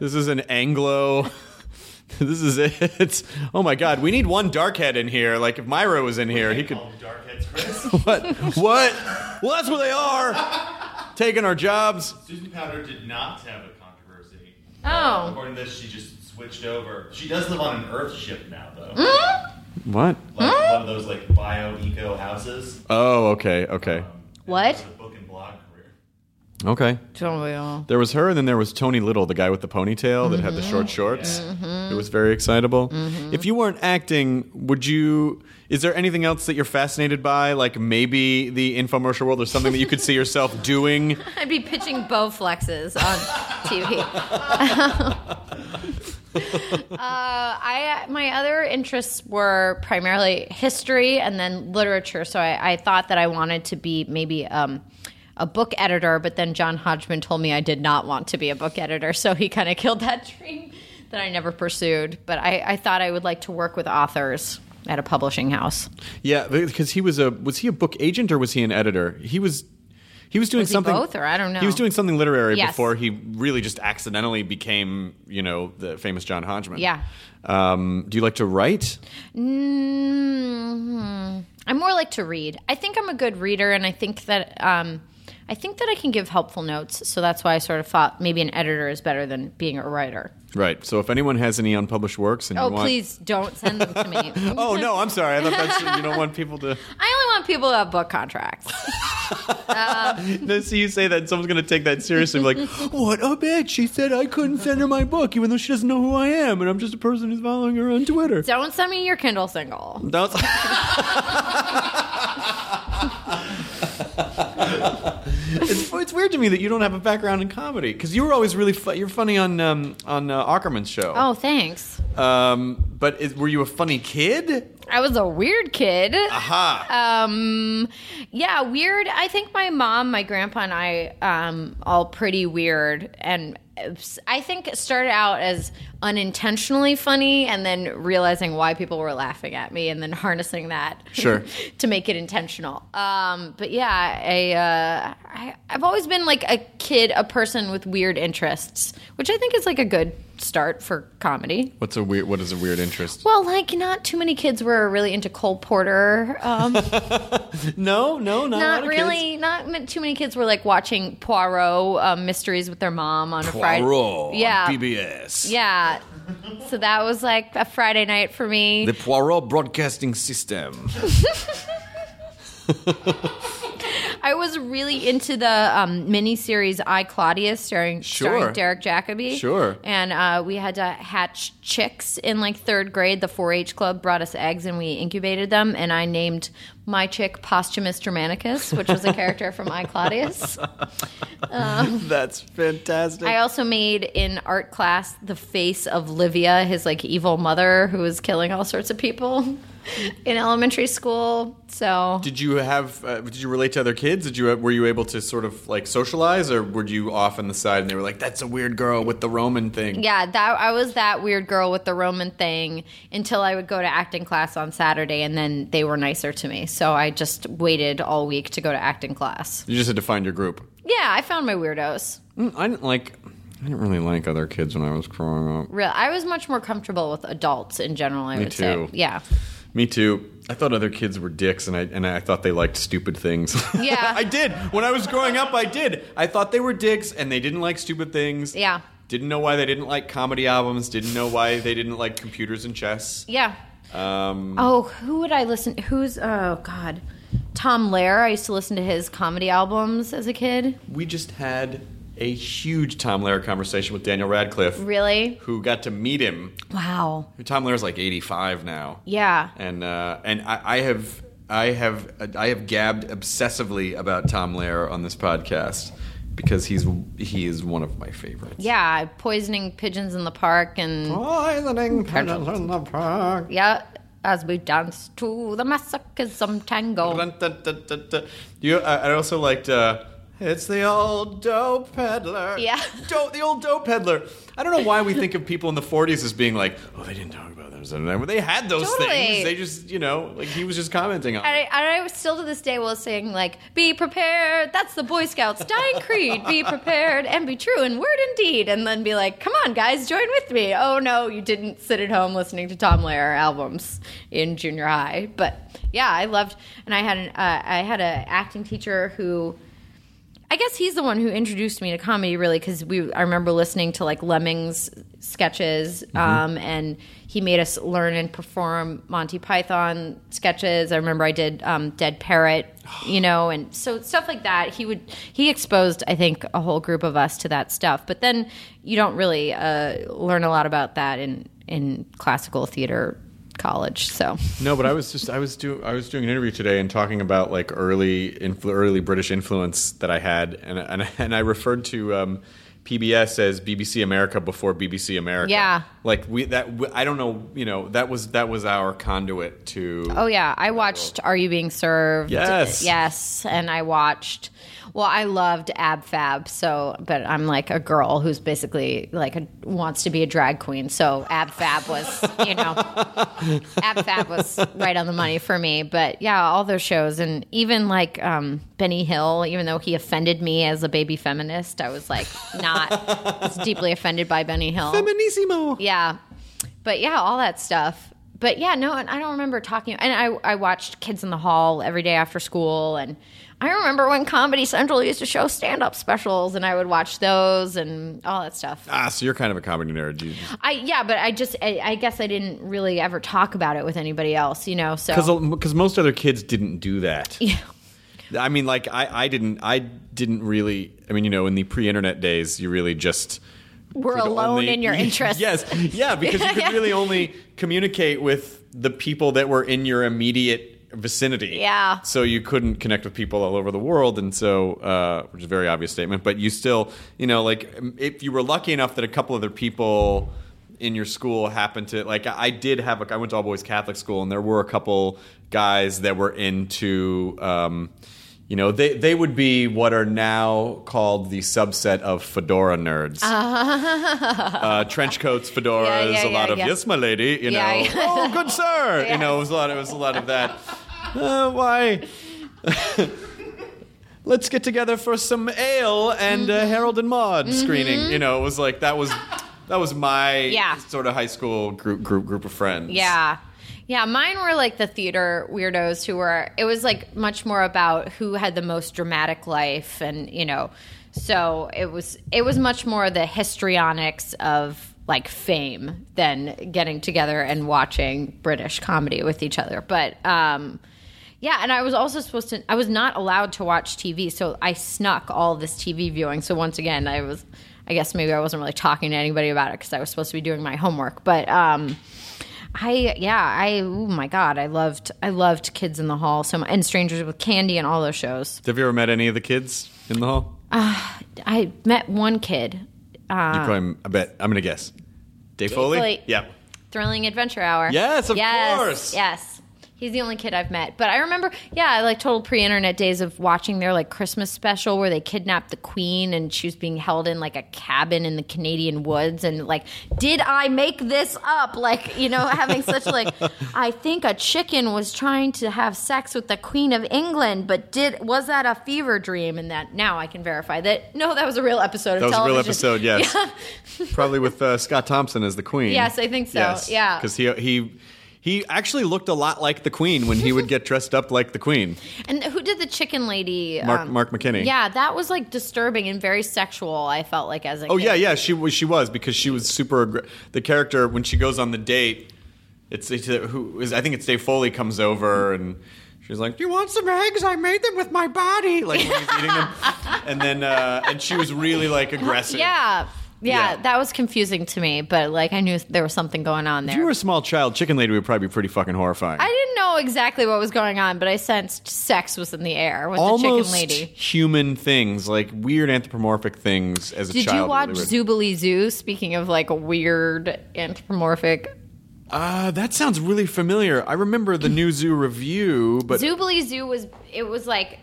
Speaker 2: this is an Anglo. This is it. Oh my God, we need one darkhead in here. Like if Myra was in here, he could.
Speaker 5: Darkheads, Chris.
Speaker 2: What? What? Well, that's what they are. Taking our jobs.
Speaker 5: Susan Powder did not have a controversy.
Speaker 4: Oh.
Speaker 5: According to this, she just switched over. She does live on an Earth ship now, though.
Speaker 2: What?
Speaker 5: Like one of those like bio eco houses.
Speaker 2: Oh, okay, okay,
Speaker 4: What?
Speaker 5: A book and blog career.
Speaker 2: okay.
Speaker 4: Don't
Speaker 2: There was her, and then there was Tony Little, the guy with the ponytail that
Speaker 4: Mm-hmm.
Speaker 2: had the short shorts. It was very excitable. If you weren't acting, would you? Is there anything else that you're fascinated by? Like maybe the infomercial world, or something that you could see yourself doing?
Speaker 4: I'd be pitching Bowflexes on TV. uh, I my other interests were primarily history and then literature. So I, I thought that I wanted to be maybe um, a book editor, but then John Hodgman told me I did not want to be a book editor, so he kind of killed that dream that I never pursued. But I, I thought I would like to work with authors at a publishing house.
Speaker 2: Yeah, because he was a was he a book agent or was he an editor? He was. He was doing
Speaker 4: Was he
Speaker 2: something.
Speaker 4: both, or I don't
Speaker 2: He was
Speaker 4: know.
Speaker 2: doing something literary
Speaker 4: Yes.
Speaker 2: before he really just accidentally became, you know, the famous John Hodgman.
Speaker 4: Yeah.
Speaker 2: Um, do you like to write?
Speaker 4: Mm-hmm. I more like to read. I think I'm a good reader, and I think that um, I think that I can give helpful notes. So that's why I sort of thought maybe an editor is better than being a writer.
Speaker 2: Right. So if anyone has any unpublished works and
Speaker 4: Oh,
Speaker 2: you want,
Speaker 4: please don't send them to me.
Speaker 2: Oh no, I'm sorry. I thought that's you don't want people to.
Speaker 4: I only want people who have book contracts.
Speaker 2: No, see you say that, someone's gonna take that seriously. Like, what a bitch! She said I couldn't send her my book, even though she doesn't know who I am, and I'm just a person who's following her on Twitter.
Speaker 4: don't send me your Kindle single.
Speaker 2: That's- it's, it's weird to me that you don't have a background in comedy because you were always really fu- you're funny on um, on uh, Ackerman's show.
Speaker 4: Oh, thanks.
Speaker 2: Um, but is, were you a funny kid?
Speaker 4: I was a weird kid.
Speaker 2: Ha.
Speaker 4: Um, yeah, weird. I think my mom, my grandpa, and I um, all pretty weird, and I think it started out as unintentionally funny, and then realizing why people were laughing at me, and then harnessing that
Speaker 2: Sure.
Speaker 4: to make it intentional. Um, but yeah, I, uh, I I've always been like a kid, a person with weird interests, which I think is like a good start for comedy.
Speaker 2: What's a weird? What is a weird interest?
Speaker 4: Well, like not too many kids were really into Cole Porter. Um,
Speaker 2: No, no, not, a lot
Speaker 4: not
Speaker 2: of
Speaker 4: really.
Speaker 2: kids.
Speaker 4: Not ma- too many kids were like watching Poirot um, mysteries with their mom on a
Speaker 2: Poirot
Speaker 4: Friday. Yeah,
Speaker 2: on PBS.
Speaker 4: yeah. So that was like a Friday night for me.
Speaker 2: The Poirot Broadcasting System.
Speaker 4: I was really into the um, miniseries I Claudius starring,
Speaker 2: Sure.
Speaker 4: starring Derek Jacobi.
Speaker 2: Sure.
Speaker 4: And uh, we had to hatch chicks in like third grade. The 4-H club brought us eggs and we incubated them. And I named my chick Posthumus Germanicus, which was a character from I Claudius.
Speaker 2: That's fantastic.
Speaker 4: I also made in art class the face of Livia, his like evil mother who was killing all sorts of people in elementary school. So
Speaker 2: did you have? Uh, did you relate to other kids? Did you uh, were you able to sort of like socialize, or were you off on the side and they were like, "That's a weird girl with the Roman thing"?
Speaker 4: Yeah, that I was that weird girl with the Roman thing until I would go to acting class on Saturday, and then they were nicer to me. So I just waited all week to go to acting class.
Speaker 2: You just had to find your group.
Speaker 4: Yeah, I found my weirdos.
Speaker 2: Mm, I didn't like. I didn't really like other kids when I was growing up.
Speaker 4: Real, I was much more comfortable with adults in general. I
Speaker 2: Me
Speaker 4: would say,
Speaker 2: too.
Speaker 4: yeah,
Speaker 2: Me too. I thought other kids were dicks, and I and I thought they liked stupid things.
Speaker 4: Yeah.
Speaker 2: I did. When I was growing up, I did. I thought they were dicks, and they didn't like stupid things.
Speaker 4: Yeah.
Speaker 2: Didn't know why they didn't like comedy albums. Didn't know why they didn't like computers and chess.
Speaker 4: yeah.
Speaker 2: Um,
Speaker 4: Oh, who would I listen? Who's oh god, Tom Lehrer. I used to listen to his comedy albums as a kid.
Speaker 2: we just had a huge Tom Lehrer conversation with Daniel Radcliffe,
Speaker 4: Really?
Speaker 2: who got to meet him.
Speaker 4: Wow.
Speaker 2: Tom Lehrer's like 85 now.
Speaker 4: Yeah.
Speaker 2: and uh, and I, I have I have I have gabbed obsessively about Tom Lehrer on this podcast. because he's he is one of my favorites.
Speaker 4: Yeah, poisoning pigeons in the park and
Speaker 2: Poisoning pigeons in the park.
Speaker 4: yeah, as we dance to the masochism tango.
Speaker 2: Dun, dun, dun, dun, dun. You, I, I also liked. Uh, it's the old dope peddler.
Speaker 4: Yeah.
Speaker 2: Dope, the old dope peddler. I don't know why we think of people in the 40s as being like, oh, they didn't talk about those. They had those
Speaker 4: Totally.
Speaker 2: things. They just, you know, like he was just commenting on. it.
Speaker 4: I, I still to this day will sing like, "Be prepared." That's the Boy Scouts dying creed. Be prepared and be true in word and deed, and then be like, "Come on, guys, join with me." Oh no, you didn't sit at home listening to Tom Lehrer albums in junior high, but yeah, I loved, and I had an uh, I had an acting teacher who. I guess he's the one who introduced me to comedy, really, because we. I remember listening to like Lemmings sketches, um, and he made us learn and perform Monty Python sketches. I remember I did um, Dead Parrot, you know, and so stuff like that. He would he exposed, I think, a whole group of us to that stuff. But then you don't really uh, learn a lot about that in in classical theater college. So
Speaker 2: No, but I was just I was do I was doing an interview today and talking about like early influ- early British influence that I had, and and, and I referred to um, PBS as BBC America before BBC America.
Speaker 4: Yeah.
Speaker 2: like we that I don't know you know that was that was our conduit to.
Speaker 4: Oh yeah, I watched Are You Being Served?
Speaker 2: Yes.
Speaker 4: yes, and I watched. Well, I loved Ab Fab, so but I'm like a girl who's basically like a, wants to be a drag queen. So Ab Fab was, you know, Ab Fab was right on the money for me. But yeah, all those shows and even like um, Benny Hill, even though he offended me as a baby feminist, I was like not was deeply offended by Benny Hill.
Speaker 2: Feminissimo.
Speaker 4: Yeah. But yeah, all that stuff. But yeah, no, and I don't remember talking. And I, I watched Kids in the Hall every day after school. And I remember when Comedy Central used to show stand up specials, and I would watch those and all that stuff.
Speaker 2: Ah, so you're kind of a comedy nerd. You
Speaker 4: I yeah, but I just I, I guess I didn't really ever talk about it with anybody else, you know. So
Speaker 2: because most other kids didn't do that.
Speaker 4: Yeah.
Speaker 2: I mean, like I, I didn't I didn't really. I mean, you know, in the pre-internet days, you really just
Speaker 4: we're
Speaker 2: could
Speaker 4: alone
Speaker 2: only-
Speaker 4: in your interests.
Speaker 2: yes, yeah, because you could really only communicate with the people that were in your immediate vicinity.
Speaker 4: Yeah.
Speaker 2: So you couldn't connect with people all over the world, and so uh, which is a very obvious statement, but you still, you know, like um, if you were lucky enough that a couple other people in your school happened to like I I did have a I went to all boys Catholic school and there were a couple guys that were into um you know they they would be what are now called the subset of fedora nerds uh, trench coats, fedoras,
Speaker 4: Yeah,
Speaker 2: a
Speaker 4: yeah,
Speaker 2: lot
Speaker 4: yeah,
Speaker 2: of
Speaker 4: yeah.
Speaker 2: yes, my lady. You know,
Speaker 4: Yeah, yeah.
Speaker 2: oh, good sir. You know, it was a lot. It was a lot of that. Uh, why? Let's get together for some ale and uh, Harold and Maude
Speaker 4: Mm-hmm.
Speaker 2: screening. You know, it was like that was that was my
Speaker 4: Yeah.
Speaker 2: sort of high school group group group of friends.
Speaker 4: Yeah. Yeah, mine were like the theater weirdos who were it was like much more about who had the most dramatic life and, you know, so it was it was much more the histrionics of like fame than getting together and watching British comedy with each other. But um yeah, and I was also supposed to. I was not allowed to watch TV, so I snuck all this TV viewing. So once again, I was. I guess maybe I wasn't really talking to anybody about it because I was supposed to be doing my homework. But um, I yeah I oh my god I loved I loved Kids in the Hall so much, and Strangers with Candy and all those shows.
Speaker 2: Have you ever met any of the kids in the hall?
Speaker 4: I met one kid,
Speaker 2: you probably, I bet. I'm gonna guess. Dave, Foley.
Speaker 4: Uh. Foley.
Speaker 2: Yeah.
Speaker 4: Thrilling Adventure Hour.
Speaker 2: Yes, of
Speaker 4: yes,
Speaker 2: course.
Speaker 4: Yes. He's the only kid I've met. But I remember, yeah, I like total pre internet days of watching their like Christmas special where they kidnapped the queen and she was being held in like a cabin in the Canadian woods. And like, did I make this up? Like, you know, having such like, I think a chicken was trying to have sex with the queen of England, but did, was that a fever dream? And that now I can verify that, no, that was a real episode of
Speaker 2: That was a
Speaker 4: television.
Speaker 2: real episode, yes. Probably with uh, Scott Thompson as the Queen.
Speaker 4: Yes, I think so, yeah.
Speaker 2: because he he he actually looked a lot like the Queen when he would get dressed up like the Queen.
Speaker 4: And who did the chicken lady? um,
Speaker 2: Mark Mark McKinney.
Speaker 4: Yeah, that was like disturbing and very sexual. I felt like as a
Speaker 2: Oh
Speaker 4: kid.
Speaker 2: yeah, yeah. She was she was because she was super. Aggr- the character when she goes on the date, it's, it's uh, who is I think it's Dave Foley comes over and. She's like, "Do you want some eggs? I made them with my body." Like when he's eating them, and then uh, and she was really like aggressive.
Speaker 4: yeah, yeah,
Speaker 2: Yeah.
Speaker 4: That was confusing to me, but like I knew there was something going on
Speaker 2: If
Speaker 4: there.
Speaker 2: you were a small child, Chicken Lady would probably be pretty fucking horrifying.
Speaker 4: I didn't know know exactly what was going on, but I sensed sex was in the air with
Speaker 2: Almost
Speaker 4: the chicken lady.
Speaker 2: human things, like weird anthropomorphic things as a
Speaker 4: Did
Speaker 2: child.
Speaker 4: you watch
Speaker 2: really weird.
Speaker 4: Zoobly Zoo? Speaking of like weird anthropomorphic,
Speaker 2: Uh, that sounds really familiar. I remember the new zoo review, but
Speaker 4: Zoobly Zoo was it was like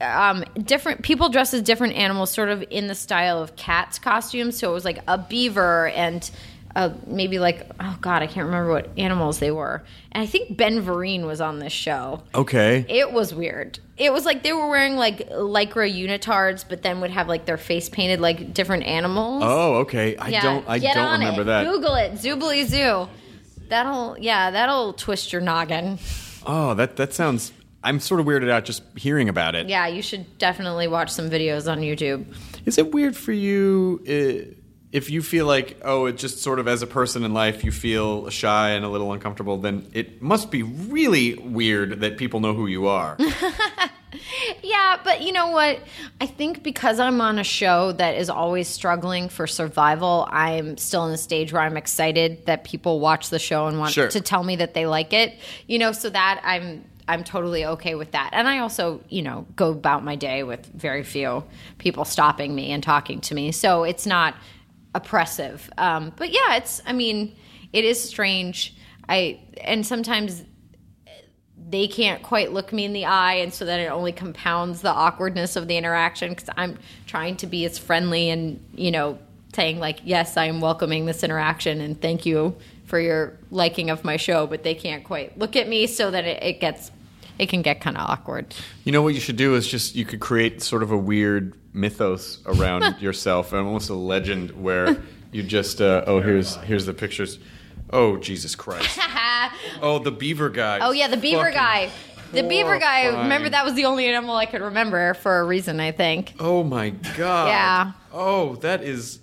Speaker 4: um, different people dressed as different animals, sort of in the style of cats costumes. So it was like a beaver and uh, maybe like oh god, I can't remember what animals they were. And I think Ben Vereen was on this show.
Speaker 2: okay.
Speaker 4: It was weird. It was like they were wearing like lycra unitards, but then would have like their face painted like different animals.
Speaker 2: oh, okay. I
Speaker 4: Yeah,
Speaker 2: don't. I
Speaker 4: get
Speaker 2: don't
Speaker 4: on
Speaker 2: remember
Speaker 4: it.
Speaker 2: that.
Speaker 4: Google it, Zoobly Zoo. That'll yeah, that'll twist your noggin.
Speaker 2: Oh, that that sounds. I'm sort of weirded out just hearing about it. Is
Speaker 4: Yeah, you should definitely watch some videos on YouTube.
Speaker 2: it weird for you uh, if you feel like oh, it just sort of as a person in life you feel shy and a little uncomfortable? Then it must be really weird that people know who you are.
Speaker 4: Yeah, but you know what? I think because I'm on a show that is always struggling for survival, I'm still in a stage where I'm excited that people watch the show and want
Speaker 2: Sure.
Speaker 4: to tell me that they like it. You know, so that I'm I'm totally okay with that. And I also, you know, go about my day with very few people stopping me and talking to me. So it's not oppressive. Um, but yeah, it's I mean, it is strange. I and sometimes they can't quite look me in the eye and so then it only compounds the awkwardness of the interaction because i'm trying to be as friendly and you know saying like yes i am welcoming this interaction and thank you for your liking of my show but they can't quite look at me so that it, it gets it can get kind of awkward
Speaker 2: You know what you should do is just you could create sort of a weird mythos around yourself, and almost a legend where you just uh, oh here's here's the pictures. Oh Jesus Christ! oh the beaver guy.
Speaker 4: oh yeah the beaver
Speaker 2: Fucking-
Speaker 4: guy the beaver guy remember
Speaker 2: horrifying.
Speaker 4: that was the only animal i could remember for a reason i think
Speaker 2: Oh my God.
Speaker 4: Yeah.
Speaker 2: Oh, that is.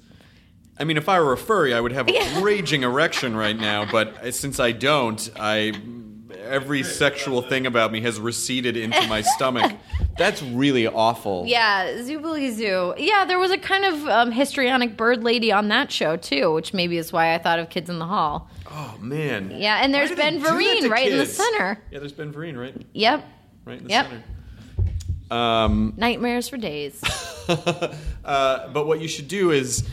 Speaker 2: I mean, if I were a furry, I would have a raging erection right now. But since I don't, I every sexual thing about me has receded into my stomach. That's really awful.
Speaker 4: Yeah, Zoobly Zoo. Yeah, there was a kind of um, histrionic bird lady on that show too, which maybe is why I thought of Kids in the Hall.
Speaker 2: Oh man.
Speaker 4: Yeah, and there's
Speaker 2: Why do they
Speaker 4: Ben
Speaker 2: do that
Speaker 4: Vereen
Speaker 2: to
Speaker 4: right in the
Speaker 2: kids?
Speaker 4: center.
Speaker 2: Yeah, there's Ben Vereen right,
Speaker 4: Yep,
Speaker 2: right in the
Speaker 4: Yep.
Speaker 2: center. Um,
Speaker 4: nightmares for days.
Speaker 2: uh, but what you should do is,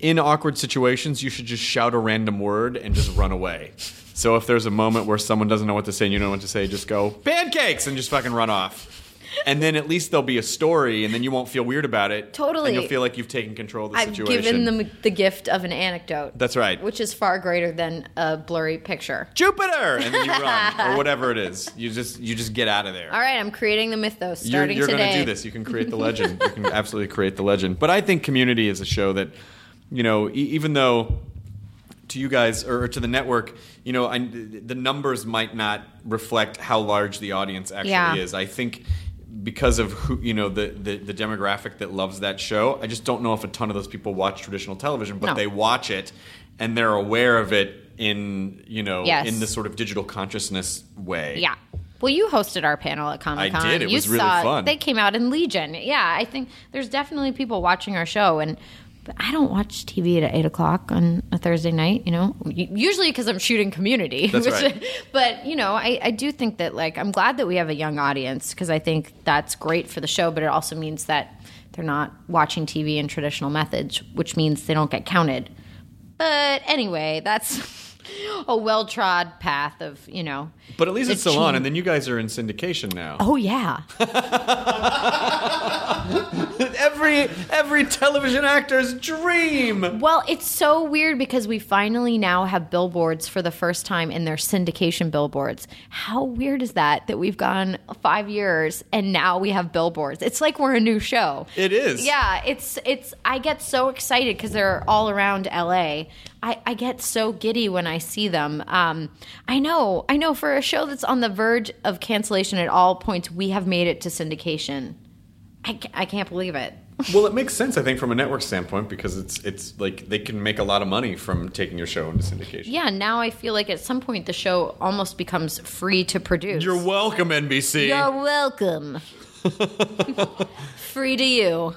Speaker 2: in awkward situations, you should just shout a random word and just run away. So if there's a moment where someone doesn't know what to say and you don't know what to say, just go pancakes and just fucking run off. And then at least there'll be a story, and then you won't feel weird about it.
Speaker 4: Totally.
Speaker 2: and you'll feel like you've taken control of the
Speaker 4: I've
Speaker 2: situation.
Speaker 4: given them the gift of an anecdote.
Speaker 2: That's right.
Speaker 4: Which is far greater than a blurry picture.
Speaker 2: Jupiter, and then you run, or whatever it is. You just you just get out of there.
Speaker 4: All right, I'm creating the mythos
Speaker 2: you're,
Speaker 4: starting
Speaker 2: you're
Speaker 4: today.
Speaker 2: going to do this. You can create the legend. you can absolutely create the legend. But I think Community is a show that, you know, e- even though to you guys or to the network, you know, I, the numbers might not reflect how large the audience actually
Speaker 4: Yeah.
Speaker 2: is. I think because of who you know the, the the demographic that loves that show, I just don't know if a ton of those people watch traditional television, but
Speaker 4: No.
Speaker 2: they watch it and they're aware of it in you know
Speaker 4: Yes.
Speaker 2: in this sort of digital consciousness way.
Speaker 4: Yeah. Well, you hosted our panel at Comic Con.
Speaker 2: did. It
Speaker 4: you
Speaker 2: was really
Speaker 4: saw,
Speaker 2: fun.
Speaker 4: They came out in Legion. Yeah, I think there's definitely people watching our show, and but I don't watch TV at eight o'clock on a Thursday night. You know, U- usually because I'm shooting Community.
Speaker 2: That's right.
Speaker 4: But you know, I, I do think that like I'm glad that we have a young audience because I think that's great for the show, but it also means that they're not watching TV in traditional methods, which means they don't get counted. But anyway, that's a well trod path of you know.
Speaker 2: But at least
Speaker 4: The
Speaker 2: it's still on,
Speaker 4: change-
Speaker 2: and then you guys are in syndication now.
Speaker 4: Oh yeah.
Speaker 2: every every television actor's dream.
Speaker 4: Well, it's so weird because we finally now have billboards for the first time in their syndication billboards. How weird is that that we've gone 5 years and now we have billboards. It's like we're a new show.
Speaker 2: It is.
Speaker 4: Yeah, it's it's I get so excited cuz they're all around LA. I, I get so giddy when I see them. Um, I know, I know. For a show that's on the verge of cancellation at all points, we have made it to syndication. I, ca- I can't believe it.
Speaker 2: Well, it makes sense, I think, from a network standpoint because it's it's like they can make a lot of money from taking your show into syndication.
Speaker 4: Yeah, now I feel like at some point the show almost becomes free to produce.
Speaker 2: You're welcome, NBC.
Speaker 4: You're welcome. Free to you.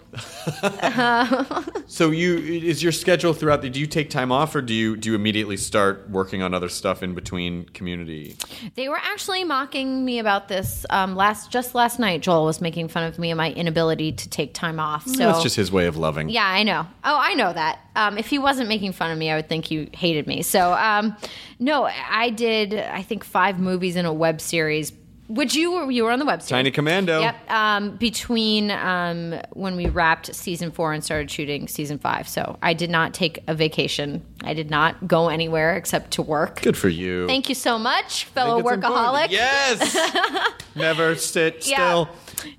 Speaker 2: So you is your schedule throughout the do you take time off or do you do you immediately start working on other stuff in between community?
Speaker 4: They were actually mocking me about this um, last just last night. Joel was making fun of me and my inability to take time off. So
Speaker 2: That's just his way of loving.
Speaker 4: Yeah, I know. Oh, I know that. Um, if he wasn't making fun of me, I would think he hated me. So, um, no, I did. I think five movies in a web series. Which you were you were on the web series.
Speaker 2: Tiny Commando.
Speaker 4: Yep. Um, between um, when we wrapped season four and started shooting season five, so I did not take a vacation. I did not go anywhere except to work.
Speaker 2: Good for you.
Speaker 4: Thank you so much,
Speaker 2: I
Speaker 4: fellow
Speaker 2: think it's important.
Speaker 4: workaholic.
Speaker 2: Yes. Never sit
Speaker 4: Yeah.
Speaker 2: still.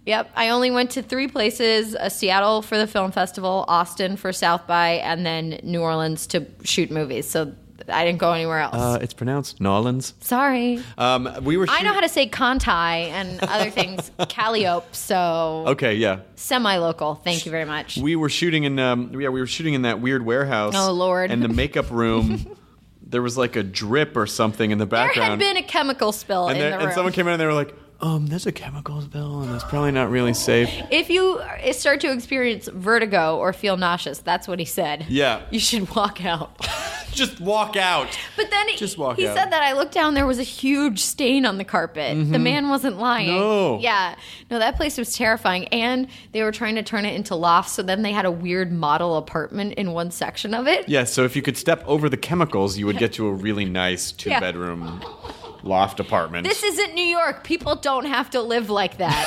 Speaker 4: Yep. I only went to three places uh, Seattle for the film festival, Austin for South by, and then New Orleans to shoot movies. So I didn't go anywhere else.
Speaker 2: Uh, it's pronounced Nolans.
Speaker 4: Sorry.
Speaker 2: Um, we were.
Speaker 4: I know
Speaker 2: shoot-
Speaker 4: how to say Contai and other things, Calliope. So
Speaker 2: Okay, yeah.
Speaker 4: semi local. Thank you very much.
Speaker 2: Oh. We were shooting in um yeah, we were shooting in that weird warehouse.
Speaker 4: Oh, Lord.
Speaker 2: And the makeup room there was like a drip or something in the
Speaker 4: there
Speaker 2: background.
Speaker 4: had been a chemical spill
Speaker 2: and,
Speaker 4: in
Speaker 2: there-
Speaker 4: the room.
Speaker 2: and someone came in and they were like, um, there's a chemicals bill and it's probably not really safe.
Speaker 4: if you uh, start to experience vertigo or feel nauseous, that's what he said.
Speaker 2: Yeah.
Speaker 4: You should walk out.
Speaker 2: Just walk out.
Speaker 4: But then
Speaker 2: Just
Speaker 4: Just
Speaker 2: walk
Speaker 4: he
Speaker 2: out.
Speaker 4: said that I looked down, there was a huge stain on the carpet. The man wasn't lying.
Speaker 2: Mm-hmm. No.
Speaker 4: Yeah. No, that place was terrifying. And they were trying to turn it into lofts, so then they had a weird model apartment in one section of it.
Speaker 2: Yeah, so if you could step over the chemicals, you would get to a really nice two
Speaker 4: Yeah.
Speaker 2: bedroom loft apartment.
Speaker 4: This isn't New York. People don't have to live like that.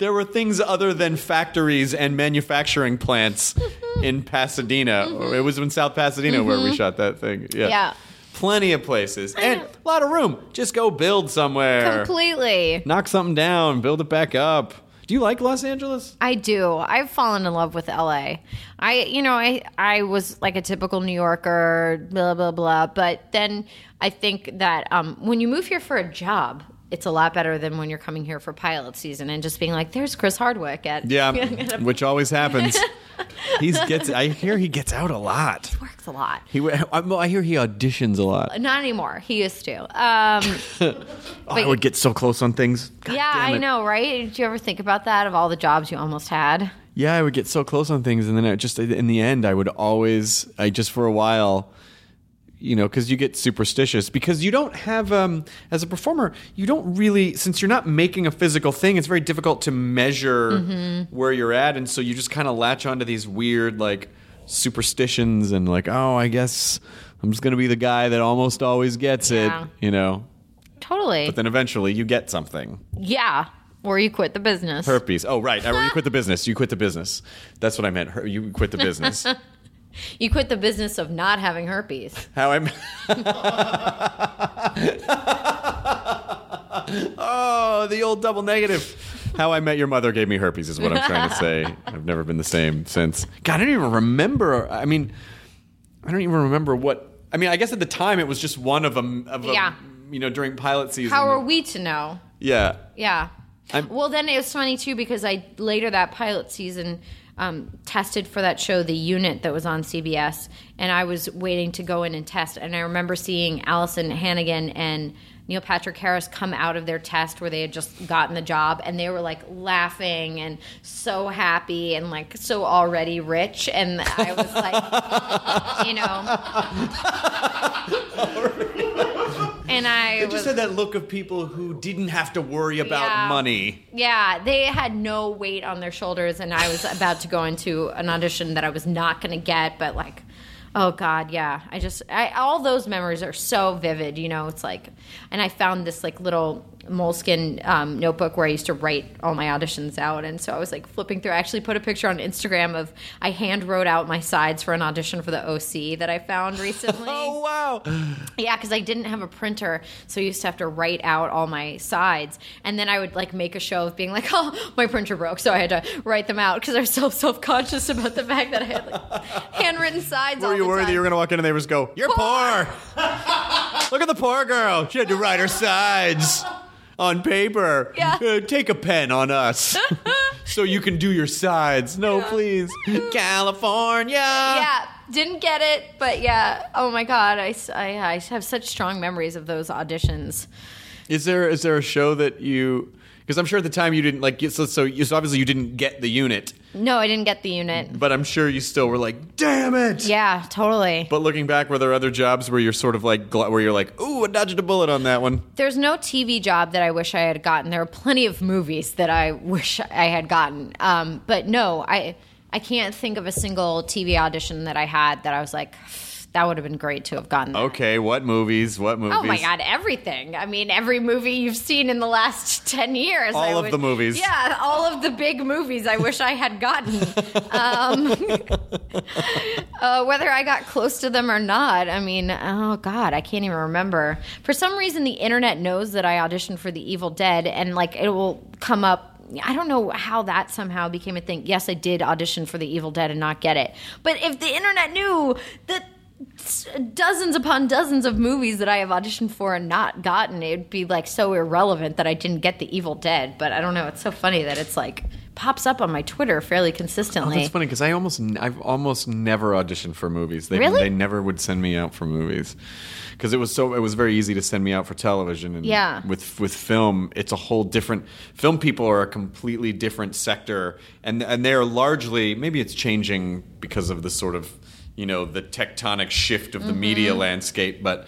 Speaker 2: there were things other than factories and manufacturing plants in Pasadena. It was in South Pasadena where we shot that thing. Yeah.
Speaker 4: Mm-hmm. Yeah.
Speaker 2: Plenty of places and a lot of room. Just go build somewhere.
Speaker 4: Completely.
Speaker 2: Knock something down, build it back up. Do you like Los Angeles?
Speaker 4: I do. I've fallen in love with LA. I, you know, I I was like a typical New Yorker, blah blah blah. But then I think that um, when you move here for a job, it's a lot better than when you're coming here for pilot season and just being like, "There's Chris Hardwick at
Speaker 2: Yeah, which always happens. He gets. I hear he gets out a lot.
Speaker 4: works a lot."
Speaker 2: He. w- I I hear he auditions a lot.
Speaker 4: Not anymore. He used to. Um,
Speaker 2: I would get so close on things. God
Speaker 4: yeah,
Speaker 2: damn
Speaker 4: I
Speaker 2: it.
Speaker 4: know, right? Did you ever think about that? Of all the jobs you almost had,
Speaker 2: Yeah, I would get so close on things, and then I just in the end, I would always, I just for a while, you know, because you get superstitious because you don't have, um, as a performer, you don't really, since you're not making a physical thing, it's very difficult to measure where you're at, and so you just kind of latch onto these weird like superstitions and like, oh, I guess I'm just gonna be the guy that almost always gets
Speaker 4: Yeah.
Speaker 2: it, you know.
Speaker 4: totally.
Speaker 2: But then eventually, you get something.
Speaker 4: yeah, or you quit the business.
Speaker 2: Herpes. Oh, right. I, you quit the business. You quit the business. That's what I meant. Her, you quit the business.
Speaker 4: You quit the business of not having herpes.
Speaker 2: How I. meant- oh, the old double negative. How I Met Your Mother gave me herpes is what I'm trying to say. I've never been the same since. God, I don't even remember. I mean, I don't even remember what. I mean, I guess at the time it was just one of them. Of a-
Speaker 4: Yeah.
Speaker 2: You know, during pilot season.
Speaker 4: How are we to know?
Speaker 2: Yeah.
Speaker 4: Yeah.
Speaker 2: I'm-
Speaker 4: well, then it was funny too because I later that pilot season um, tested for that show, The Unit, that was on CBS, and I was waiting to go in and test. And I remember seeing Allison Hannigan and Neil Patrick Harris come out of their test where they had just gotten the job, and they were like laughing and so happy and like so already rich. And I was like, you know. And I
Speaker 2: It
Speaker 4: was,
Speaker 2: just had that look of people who didn't have to worry about
Speaker 4: Yeah.
Speaker 2: money.
Speaker 4: Yeah, they had no weight on their shoulders, and I was about to go into an audition that I was not going to get. But like, oh god, yeah, I just I, all those memories are so vivid. You know, it's like, and I found this like little moleskin um, notebook where I used to write all my auditions out, and so I was like flipping through. I actually put a picture on Instagram of I hand wrote out my sides for an audition for the OC that I found recently.
Speaker 2: Oh wow!
Speaker 4: Yeah, because I didn't have a printer, so I used to have to write out all my sides, and then I would like make a show of being like, "Oh, my printer broke," so I had to write them out because I was so self conscious about the fact that I had like handwritten sides. all
Speaker 2: Were you
Speaker 4: the
Speaker 2: worried that
Speaker 4: time.
Speaker 2: you were going to walk in and they were just go, "You're poor." Look at the poor girl. She had to write her sides on paper.
Speaker 4: Yeah.
Speaker 2: Uh, take a pen on us, so you can do your sides. No, please, California.
Speaker 4: Yeah, didn't get it, but yeah. Oh my god, I, s- I- I have such strong memories of those auditions.
Speaker 2: Is there is there a show that you? Because I'm sure at the time you didn't like. So so, you, so obviously you didn't get the unit,
Speaker 4: No, I didn't get the unit.
Speaker 2: but I'm sure you still were like, damn it.
Speaker 4: Yeah, totally.
Speaker 2: But looking back, were there other jobs where you're sort of like gl- where you're like, ooh, I dodged a bullet on that one?
Speaker 4: There's no TV job that I wish I had gotten. There are plenty of movies that I wish I had gotten. Um, but no, I I can't think of a single TV audition that I had that I was like, that would have been great to have gotten. that."
Speaker 2: Okay, what movies? What Oh, movies?
Speaker 4: Oh my god, everything. I mean, every movie you've seen in the last 10 years.
Speaker 2: All
Speaker 4: I
Speaker 2: of the movies.
Speaker 4: Yeah, all of the big movies I wish I had gotten. um, uh, whether I got close to them or not, I mean, oh god, I can't even remember. For some reason the internet knows that I auditioned for The Evil Dead and like it will come up I don't know how that somehow became a thing. Yes, I did audition for The Evil Dead and not get it. But if the internet knew that dozens upon dozens of movies that I have auditioned for and not gotten. It'd be like so irrelevant that I didn't get The Evil Dead, but I don't know. It's so funny that it's like pops up on my Twitter fairly
Speaker 2: Oh,
Speaker 4: consistently.
Speaker 2: that's funny because I almost n- I've almost never auditioned for movies. They,
Speaker 4: Really?
Speaker 2: they never would send me out for movies because it was so it was very easy to send me out for television and
Speaker 4: Yeah.
Speaker 2: with with film it's a whole different film people are a completely different sector and and they're largely maybe it's changing because of the sort of you know the tectonic shift of the
Speaker 4: Mm-hmm.
Speaker 2: media landscape but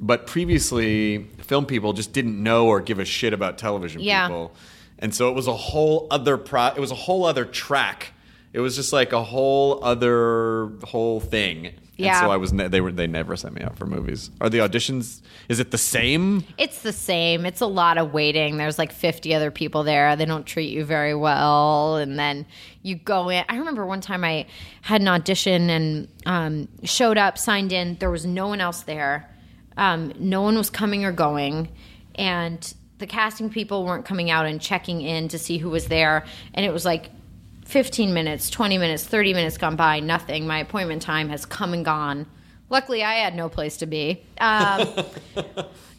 Speaker 2: but previously film people just didn't know or give a shit about television
Speaker 4: Yeah.
Speaker 2: people and so it was a whole other pro it was a whole other track it was just like a whole other whole thing and
Speaker 4: Yeah.
Speaker 2: so i was ne- they were they never sent me out for movies are the auditions is it the same
Speaker 4: It's the same. It's a lot of waiting. There's like 50 other people there. They don't treat you very well. And then you go in. I remember one time I had an audition and um, showed up, signed in. There was no one else there. Um, no one was coming or going. And the casting people weren't coming out and checking in to see who was there. And it was like 15 minutes, 20 minutes, 30 minutes gone by, nothing. My appointment time has come and gone. Luckily, I had no place to be.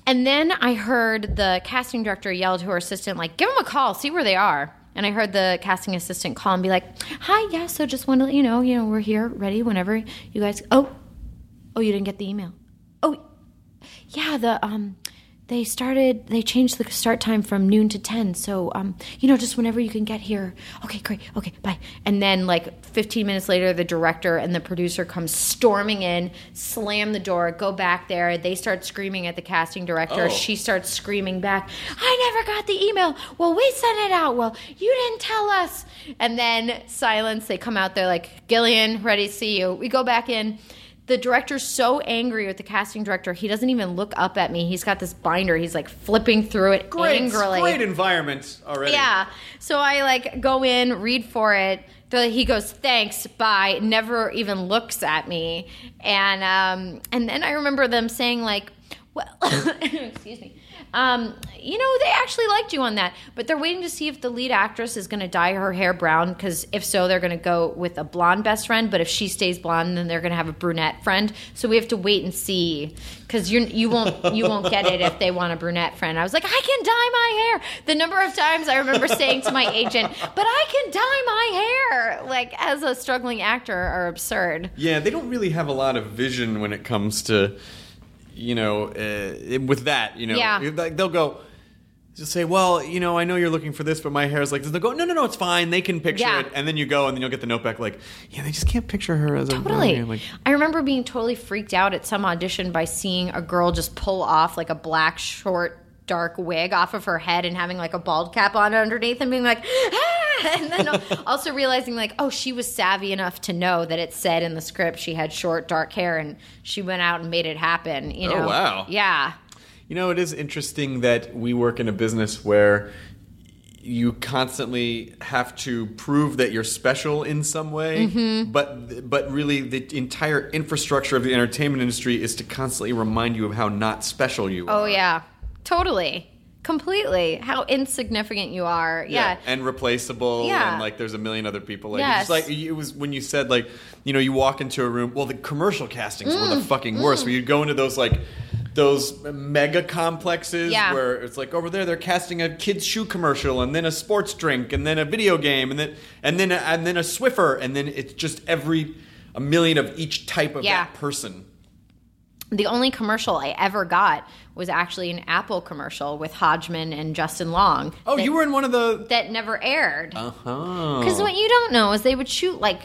Speaker 4: And then I heard the casting director yell to her assistant, like, give them a call, see where they are. And I heard the casting assistant call and be like, hi, yeah, so just want to let you know, you know, we're here, ready whenever you guys, oh, oh, you didn't get the email. Oh, yeah, the, um, they started, they changed the start time from noon to 10. So, um, you know, just whenever you can get here. Okay, great. Okay, bye. And then, like, 15 minutes later, the director and the producer come storming in, slam the door, go back there. They start screaming at the casting director. She starts screaming back, I never got the email. Well, we sent it out. Well, you didn't tell us. And then, silence. They come out. They're like, Gillian, ready to see you. We go back in the director's so angry with the casting director he doesn't even look up at me he's got this binder he's like flipping through it angrily
Speaker 2: great environment already
Speaker 4: yeah so i like go in read for it The- he goes thanks bye never even looks at me and um and then i remember them saying like well excuse me um, you know they actually liked you on that but they're waiting to see if the lead actress is going to dye her hair brown because if so they're going to go with a blonde best friend but if she stays blonde then they're going to have a brunette friend so we have to wait and see because you you won't you won't get it if they want a brunette friend i was like i can dye my hair the number of times i remember saying to my agent but i can dye my hair like as a struggling actor are absurd
Speaker 2: Yeah, they don't really have a lot of vision when it comes to, you know, uh, with that. You know,
Speaker 4: Yeah.
Speaker 2: like they'll go. Just say, well, you know, I know you're looking for this, but my hair is like this. They'll go, no, no, no, it's fine. They can picture
Speaker 4: Yeah.
Speaker 2: it. And then you go, and then you'll get the note back like, yeah, they just can't picture her as a
Speaker 4: Totally.
Speaker 2: Oh, Like,
Speaker 4: I remember being totally freaked out at some audition by seeing a girl just pull off like a black short dark wig off of her head and having like a bald cap on underneath and being like ah! and then also realizing like oh she was savvy enough to know that it said in the script she had short dark hair and she went out and made it happen you
Speaker 2: Oh,
Speaker 4: know
Speaker 2: wow.
Speaker 4: yeah
Speaker 2: You know, it is interesting that we work in a business where you constantly have to prove that you're special in some way, but but really the entire infrastructure of the entertainment industry is to constantly remind you of how not special you
Speaker 4: oh
Speaker 2: are.
Speaker 4: yeah totally completely how insignificant you are yeah,
Speaker 2: and replaceable,
Speaker 4: Yeah.
Speaker 2: and like there's a million other people. Like,
Speaker 4: Yes.
Speaker 2: it's like it was when you said like, you know, you walk into a room. Well, the commercial castings were the
Speaker 4: Mm.
Speaker 2: fucking worst. Where you'd go into those like those mega complexes
Speaker 4: Yeah.
Speaker 2: where it's like over there they're casting a kids shoe commercial and then a sports drink and then a video game and then and then and then a Swiffer and then it's just every a million of each type of
Speaker 4: Yeah.
Speaker 2: that person.
Speaker 4: the only commercial I ever got was actually an Apple commercial with Hodgman and Justin Long.
Speaker 2: Oh, you were in one of the. oh,
Speaker 4: that never aired. Because what you don't know is they would shoot like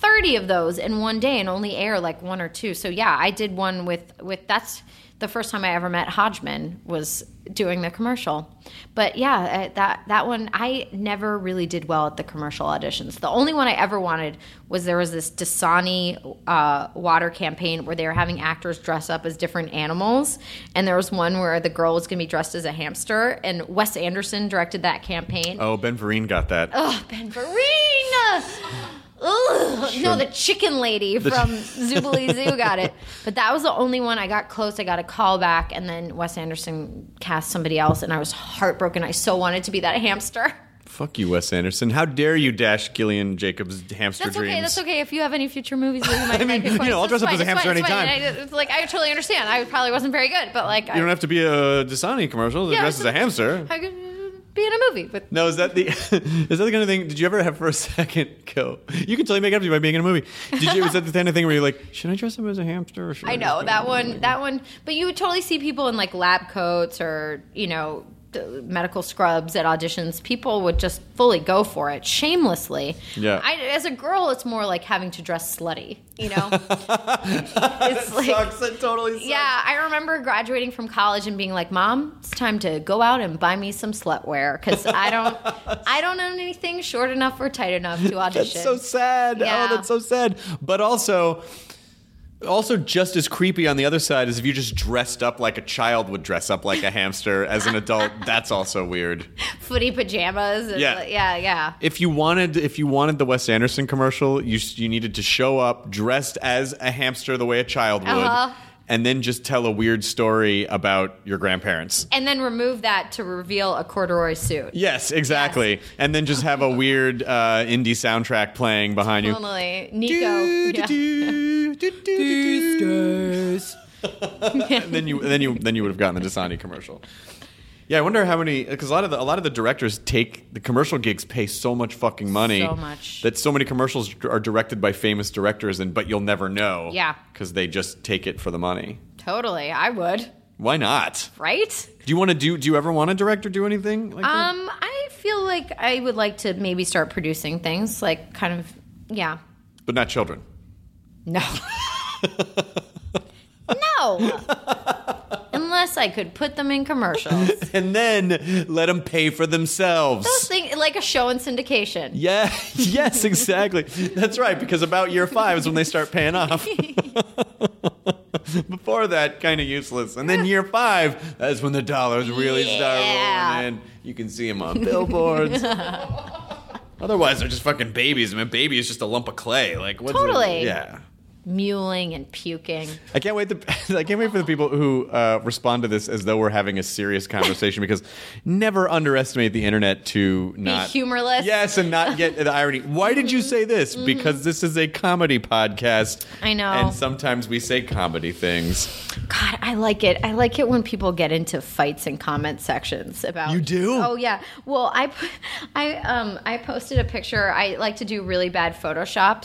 Speaker 4: 30 of those in one day and only air like one or two. So yeah, I did one with with that's the first time I ever met Hodgman was doing the commercial. But yeah, uh, that that one I never really did well at the commercial auditions. The only one I ever wanted was there was this Dasani uh, water campaign where they were having actors dress up as different animals, and there was one where the girl was going to be dressed as a hamster, and Wes Anderson directed that campaign.
Speaker 2: Oh, Ben Vereen got that.
Speaker 4: Oh, Ben Vereen! Ugh. No, the chicken lady from Zubilee Zoo got it. But that was the only one I got close. I got a call back, and then Wes Anderson cast somebody else, and I was heartbroken. I so wanted to be that hamster.
Speaker 2: Fuck you, Wes Anderson. How dare you dash Gillian Jacobs' hamster
Speaker 4: That's
Speaker 2: dreams?
Speaker 4: okay. That's okay. If you have any future movies that you might
Speaker 2: I mean,
Speaker 4: like,
Speaker 2: you know, I'll
Speaker 4: it's
Speaker 2: dress up
Speaker 4: fine,
Speaker 2: as a
Speaker 4: it's
Speaker 2: hamster
Speaker 4: fine, it's fine.
Speaker 2: anytime.
Speaker 4: And I- It's like I totally understand. I probably wasn't very good, but like
Speaker 2: You don't have to be a Dasani commercial. The
Speaker 4: Yeah,
Speaker 2: dress is a hamster.
Speaker 4: I, I could be in a movie with
Speaker 2: No, is that the is that the kind of thing? Did you ever have for a second go? You can totally make it up to you by being in a movie. Did you? Was that the kind of thing where you're like, should I dress up as a hamster? Or should
Speaker 4: I know that one. That one. But you would totally see people in like lab coats or you know th- medical scrubs at auditions. People would just fully go for it shamelessly.
Speaker 2: Yeah.
Speaker 4: I, as a girl, it's more like having to dress slutty. You know. it's like.
Speaker 2: Sucks. That totally sucks.
Speaker 4: Yeah, I remember graduating from college and being like, "Mom, it's time to go out and buy me some slutwear because I don't, I don't own anything short enough or tight enough to audition."
Speaker 2: That's so sad.
Speaker 4: Yeah.
Speaker 2: Oh, that's so sad. But also, also just as creepy on the other side is if you just dressed up like a child would dress up like a hamster as an adult. That's also weird.
Speaker 4: Footy pajamas. and,
Speaker 2: Yeah.
Speaker 4: like, yeah, yeah.
Speaker 2: If you wanted, if you wanted the Wes Anderson commercial, you s- you needed to show up dressed as a hamster the way a child would,
Speaker 4: Uh-huh.
Speaker 2: and then just tell a weird story about your grandparents.
Speaker 4: and then remove that to reveal a corduroy suit.
Speaker 2: Yes, exactly. And then just have a weird uh, indie soundtrack playing behind you.
Speaker 4: Totally. Nico. yeah.
Speaker 2: These days. and then you, then you, then you would have gotten the Dasani commercial. Yeah, I wonder how many because a lot of the, a lot of the directors take the commercial gigs pay so much fucking money,
Speaker 4: So much.
Speaker 2: that so many commercials dr- are directed by famous directors, and but you'll never know,
Speaker 4: Yeah.
Speaker 2: because they just take it for the money.
Speaker 4: Totally. I would.
Speaker 2: Why not?
Speaker 4: Right?
Speaker 2: Do you want to do? Do you ever want to direct or do anything like that?
Speaker 4: Um, I feel like I would like to maybe start producing things, like kind of, yeah.
Speaker 2: But not children.
Speaker 4: No. no. Unless I could put them in commercials.
Speaker 2: And then let them pay for themselves.
Speaker 4: Those thing, like a show in syndication.
Speaker 2: Yeah. Yes, exactly. That's right. Because about year five is when they start paying off. Before that, kind of useless. And then year five, that's when the dollars really
Speaker 4: Yeah.
Speaker 2: start rolling in. You can see them on billboards. Otherwise, they're just fucking babies. I mean, baby is just a lump of clay. Like what's it-
Speaker 4: Totally.
Speaker 2: Yeah.
Speaker 4: Mewling and puking.
Speaker 2: I can't wait. To, I can't wait for the people who uh, respond to this as though we're having a serious conversation because never underestimate the internet to not
Speaker 4: humorless. Mm-hmm.
Speaker 2: Yes, and not get the irony. Why did you say this? Because this is a comedy podcast.
Speaker 4: I know.
Speaker 2: And sometimes we say comedy things.
Speaker 4: God, I like it. I like it when people get into fights in comment sections about
Speaker 2: You do?
Speaker 4: Oh yeah. Well, I put- I um I posted a picture. I like to do really bad Photoshop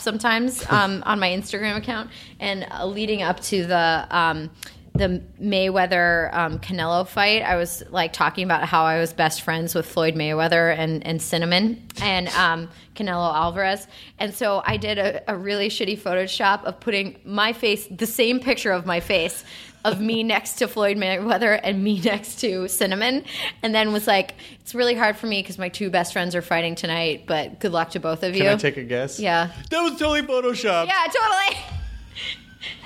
Speaker 4: sometimes um on my Instagram account and uh, leading up to the um the Mayweather um, Canelo fight, I was like talking about how I was best friends with Floyd Mayweather and, and Cinnamon and um, Canelo Alvarez. And so I did a, a really shitty Photoshop of putting my face, the same picture of my face, of me next to Floyd Mayweather and me next to Cinnamon, and then was like, "It's really hard for me because my two best friends are fighting tonight, but good luck to both of you."
Speaker 2: Can I take a guess?
Speaker 4: Yeah.
Speaker 2: That was totally Photoshop.
Speaker 4: yeah, totally.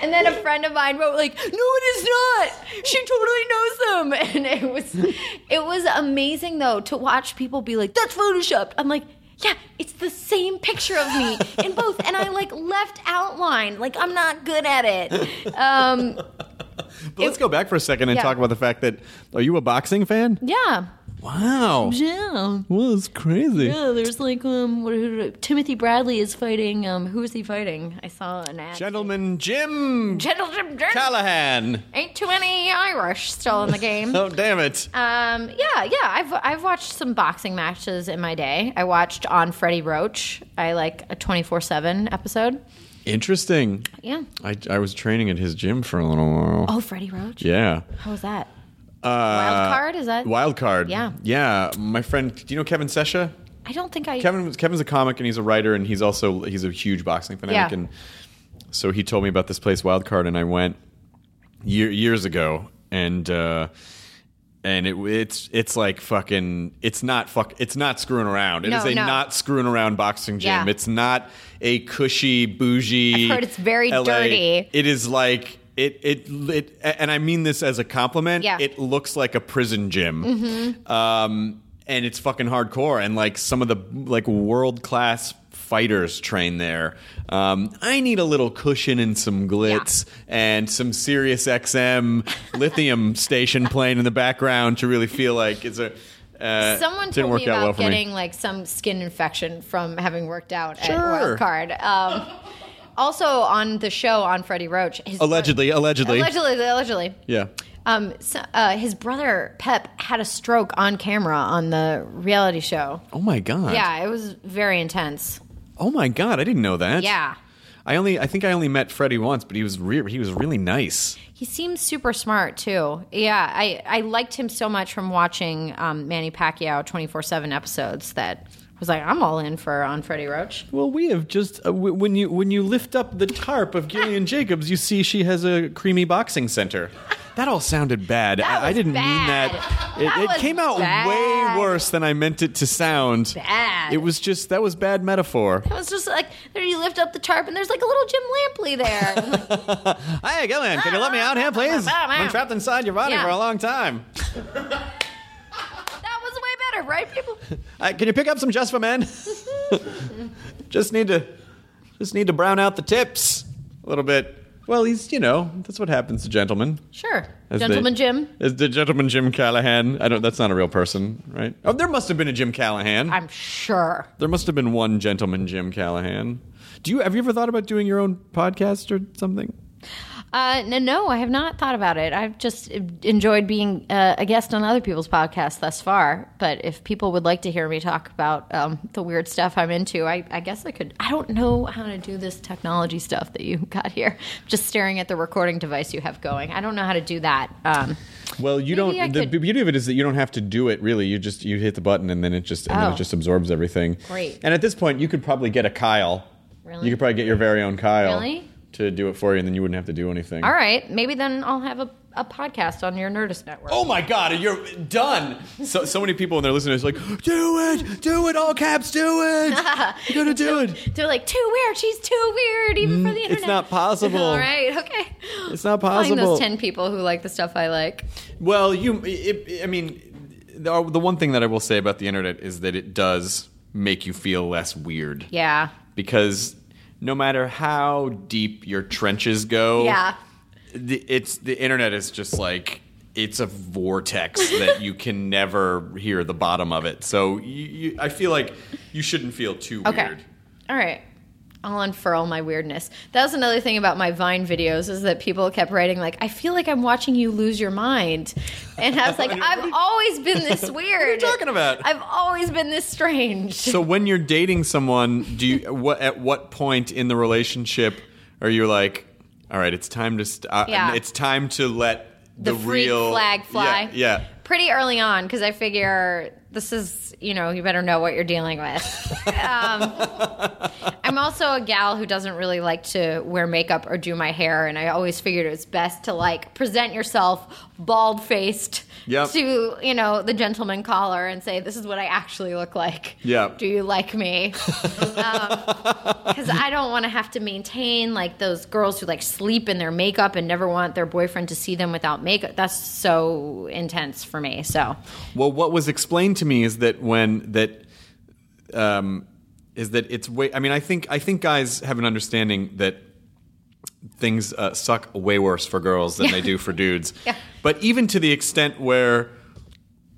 Speaker 4: And then a friend of mine wrote like, "No, it is not. She totally knows them." And it was, it was amazing though to watch people be like, "That's photoshopped." I'm like, "Yeah, it's the same picture of me in both." And I like left outline. Like I'm not good at it. Um,
Speaker 2: But let's go back for a second and
Speaker 4: Yeah.
Speaker 2: talk about the fact that are you a boxing fan?
Speaker 4: yeah.
Speaker 2: Wow.
Speaker 4: Yeah.
Speaker 2: Well, it's crazy.
Speaker 4: Yeah, there's like um, what, who- Timothy Bradley is fighting. Um, who is he fighting? I saw an ad.
Speaker 2: Gentleman Jim
Speaker 4: Gentleman
Speaker 2: Callahan.
Speaker 4: Ain't too many Irish still in the game.
Speaker 2: Oh damn it.
Speaker 4: Um, yeah, yeah. I've I've watched some boxing matches in my day. I watched on Freddie Roach. I like a twenty four seven episode.
Speaker 2: Interesting.
Speaker 4: Yeah.
Speaker 2: I, I was training at his gym for a little while.
Speaker 4: Oh, Freddie Roach.
Speaker 2: Yeah.
Speaker 4: How was that?
Speaker 2: Uh, wild
Speaker 4: card? Is that-
Speaker 2: wild card?
Speaker 4: Yeah.
Speaker 2: Yeah. My friend, do you know Kevin Sesha?
Speaker 4: I don't think I.
Speaker 2: Kevin was- Kevin's a comic and he's a writer and he's also he's a huge boxing fanatic
Speaker 4: Yeah.
Speaker 2: and so he told me about this place Wildcard and I went year, years ago and uh, and it, it's it's like fucking it's not fuck it's not screwing around It is
Speaker 4: No,
Speaker 2: a
Speaker 4: no.
Speaker 2: not screwing around boxing gym
Speaker 4: Yeah.
Speaker 2: it's not a cushy bougie
Speaker 4: I've heard it's very
Speaker 2: LA.
Speaker 4: dirty.
Speaker 2: it is like it, it it and I mean this as a compliment
Speaker 4: Yeah. Mm-hmm.
Speaker 2: it looks like a prison gym um, and it's fucking hardcore. And like some of the like world class fighters train there. Um, I need a little cushion and some glitz and some Sirius XM lithium station playing in the background to really feel like it's a. Uh,
Speaker 4: Someone
Speaker 2: didn't
Speaker 4: told
Speaker 2: work
Speaker 4: me
Speaker 2: out
Speaker 4: about
Speaker 2: well for
Speaker 4: getting
Speaker 2: me.
Speaker 4: like some skin infection from having worked out at
Speaker 2: Sure.
Speaker 4: Wild Card. Um, also on the show on Freddie Roach, his
Speaker 2: Allegedly, allegedly,
Speaker 4: allegedly, allegedly.
Speaker 2: yeah.
Speaker 4: Um, so, uh, his brother Pep had a stroke on camera on the reality show.
Speaker 2: Oh my god.
Speaker 4: Yeah, it was very intense.
Speaker 2: Oh my god, I didn't know that.
Speaker 4: Yeah.
Speaker 2: I only, I think I only met Freddie once, but he was re- he was really nice.
Speaker 4: He seems super smart too. Yeah, I, I liked him so much from watching um, Manny Pacquiao twenty four seven episodes that I was like, I'm all in for on Freddie Roach.
Speaker 2: Well, we have just uh, w- when you when you lift up the tarp of Gillian Jacobs, you see she has a creamy boxing center. That all sounded bad.
Speaker 4: That
Speaker 2: I, I
Speaker 4: was
Speaker 2: didn't mean
Speaker 4: bad.
Speaker 2: that. It,
Speaker 4: That
Speaker 2: it
Speaker 4: was
Speaker 2: came out
Speaker 4: bad.
Speaker 2: way worse than I meant it to sound.
Speaker 4: Bad.
Speaker 2: It was just that was bad metaphor.
Speaker 4: It was just like there you lift up the tarp and there's like a little Jim Lampley there. I'm like,
Speaker 2: Hey, Gillian, can you let me out here, please? I'm trapped inside your body
Speaker 4: Yeah.
Speaker 2: for a long time.
Speaker 4: that was way better, right, people?
Speaker 2: Uh, can you pick up some just for men? just need to, just need to brown out the tips a little bit. Well, he's you know that's what happens to gentlemen.
Speaker 4: Sure,
Speaker 2: As they-
Speaker 4: gentleman Jim.
Speaker 2: As the gentleman Jim Callahan. I don't. That's not a real person, right? Oh, there must have been a Jim Callahan.
Speaker 4: I'm sure.
Speaker 2: there must have been one gentleman Jim Callahan. Do you have you ever thought about doing your own podcast or something?
Speaker 4: Uh, no, no, I have not thought about it. I've just enjoyed being uh, a guest on other people's podcasts thus far. But if people would like to hear me talk about um, the weird stuff I'm into, I, I guess I could. I don't know how to do this technology stuff that you got here. Just staring at the recording device you have going. I don't know how to do that. Um,
Speaker 2: Well, you
Speaker 4: Maybe I
Speaker 2: don't. The
Speaker 4: could-
Speaker 2: beauty of it is that you don't have to do it really. You just you hit the button and then it just and then
Speaker 4: Oh.
Speaker 2: it just absorbs everything.
Speaker 4: Great.
Speaker 2: And at this point, you could probably get a Kyle.
Speaker 4: Really?
Speaker 2: You could probably get your very own Kyle
Speaker 4: Really?
Speaker 2: to do it for you, and then you wouldn't have to do anything.
Speaker 4: all right, maybe then I'll have a, a podcast on your Nerdist network.
Speaker 2: Oh my God, you're done. So, so many people when they're listening, it's like, do it, do it, all caps, do it. You gotta do it.
Speaker 4: They're like too weird. She's too weird, even for the internet.
Speaker 2: Mm, not possible.
Speaker 4: All right, okay.
Speaker 2: It's not
Speaker 4: Find
Speaker 2: possible.
Speaker 4: those ten people who like the stuff I like.
Speaker 2: Well, you, it, I mean, the the one thing that I will say about the internet is that it does make you feel less weird.
Speaker 4: Yeah.
Speaker 2: Because no matter how deep your trenches go,
Speaker 4: Yeah.
Speaker 2: the, it's the internet is just like it's a vortex that you can never hear the bottom of it. So you, you, I feel like you shouldn't feel too
Speaker 4: Okay.
Speaker 2: weird.
Speaker 4: All right. I'll unfurl my weirdness. That was another thing about my Vine videos is that people kept writing like, "I feel like I'm watching you lose your mind," and I was like, "I've always been this weird."
Speaker 2: you talking about?
Speaker 4: I've always been this strange.
Speaker 2: So when you're dating someone, do you what at what point in the relationship are you like, all right, it's time to st- uh,
Speaker 4: Yeah.
Speaker 2: it's time to let the,
Speaker 4: the, freak
Speaker 2: real
Speaker 4: flag fly.
Speaker 2: Yeah. yeah.
Speaker 4: Pretty early on, because I figure this is, you know, you better know what you're dealing with. um, I'm also a gal who doesn't really like to wear makeup or do my hair, and I always figured it was best to like present yourself bald faced
Speaker 2: Yep.
Speaker 4: to, you know, the gentleman caller and say, "This is what I actually look like.
Speaker 2: Yep.
Speaker 4: Do you like me?" because I don't want to have to maintain like those girls who like sleep in their makeup and never want their boyfriend to see them without makeup. That's so intense for me. So
Speaker 2: Well, what was explained to me is that when that um, is that it's way. I mean, I think I think guys have an understanding that things uh, suck way worse for girls than they do for dudes.
Speaker 4: Yeah.
Speaker 2: But even to the extent where,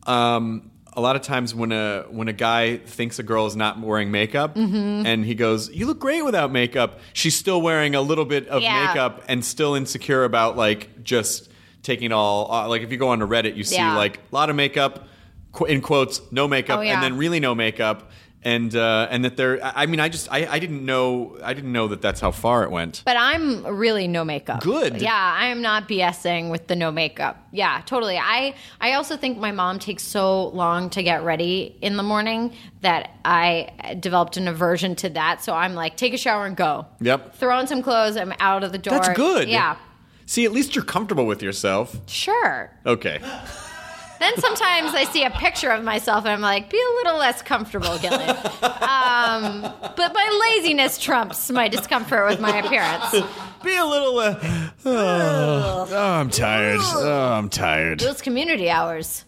Speaker 2: um, a lot of times when a when a guy thinks a girl is not wearing makeup,
Speaker 4: Mm-hmm.
Speaker 2: and he goes, "You look great without makeup," she's still wearing a little bit of
Speaker 4: Yeah.
Speaker 2: makeup and still insecure about like just taking it all. Uh, like if you go onto Reddit, you see
Speaker 4: Yeah.
Speaker 2: like a lot of makeup qu- in quotes no makeup
Speaker 4: Oh, yeah.
Speaker 2: and then really no makeup and uh, and that there. I I mean, I just I, I didn't know I didn't know that that's how far it went.
Speaker 4: But I'm really no makeup.
Speaker 2: Good.
Speaker 4: Yeah, I am not BSing with the no makeup. Yeah, totally. I I also think my mom takes so long to get ready in the morning that I developed an aversion to that. So I'm like, take a shower and go.
Speaker 2: Yep.
Speaker 4: Throw on some clothes. I'm out of the door.
Speaker 2: That's good.
Speaker 4: Yeah.
Speaker 2: See, at least you're comfortable with yourself.
Speaker 4: Sure.
Speaker 2: Okay.
Speaker 4: Then sometimes I see a picture of myself and I'm like, be a little less comfortable, Gillian. Um, but my laziness trumps my discomfort with my appearance.
Speaker 2: Be a little. Uh, oh, oh, I'm tired. Oh, I'm tired.
Speaker 4: Those community hours.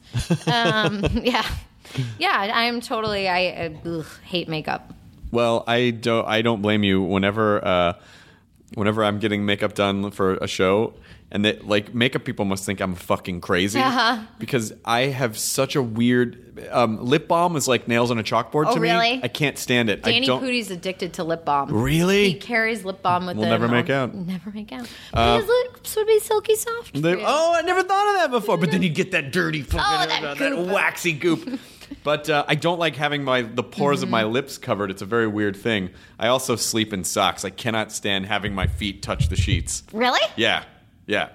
Speaker 4: Um, yeah. Yeah, I'm totally, I uh, ugh, hate makeup.
Speaker 2: Well, I don't. I don't blame you. Whenever, uh, whenever I'm getting makeup done for a show, and that like makeup people must think I'm fucking crazy
Speaker 4: Uh-huh.
Speaker 2: because I have such a weird um, lip balm is like nails on a chalkboard
Speaker 4: Oh,
Speaker 2: to me.
Speaker 4: really?
Speaker 2: I can't stand it. I
Speaker 4: Danny
Speaker 2: don't.
Speaker 4: Pooty's addicted to lip balm.
Speaker 2: Really?
Speaker 4: He carries lip balm with
Speaker 2: We'll
Speaker 4: him.
Speaker 2: never
Speaker 4: on-
Speaker 2: make out. Uh,
Speaker 4: Never make out. But his lips would be silky soft.
Speaker 2: They-
Speaker 4: for you.
Speaker 2: oh, I never thought of that before. But then you get that dirty fucking uh,
Speaker 4: Oh, that goop.
Speaker 2: waxy goop. but uh, I don't like having my the pores of my
Speaker 4: Mm-hmm.
Speaker 2: lips covered. It's a very weird thing. I also sleep in socks. I cannot stand having my feet touch the sheets.
Speaker 4: Really?
Speaker 2: Yeah, yeah.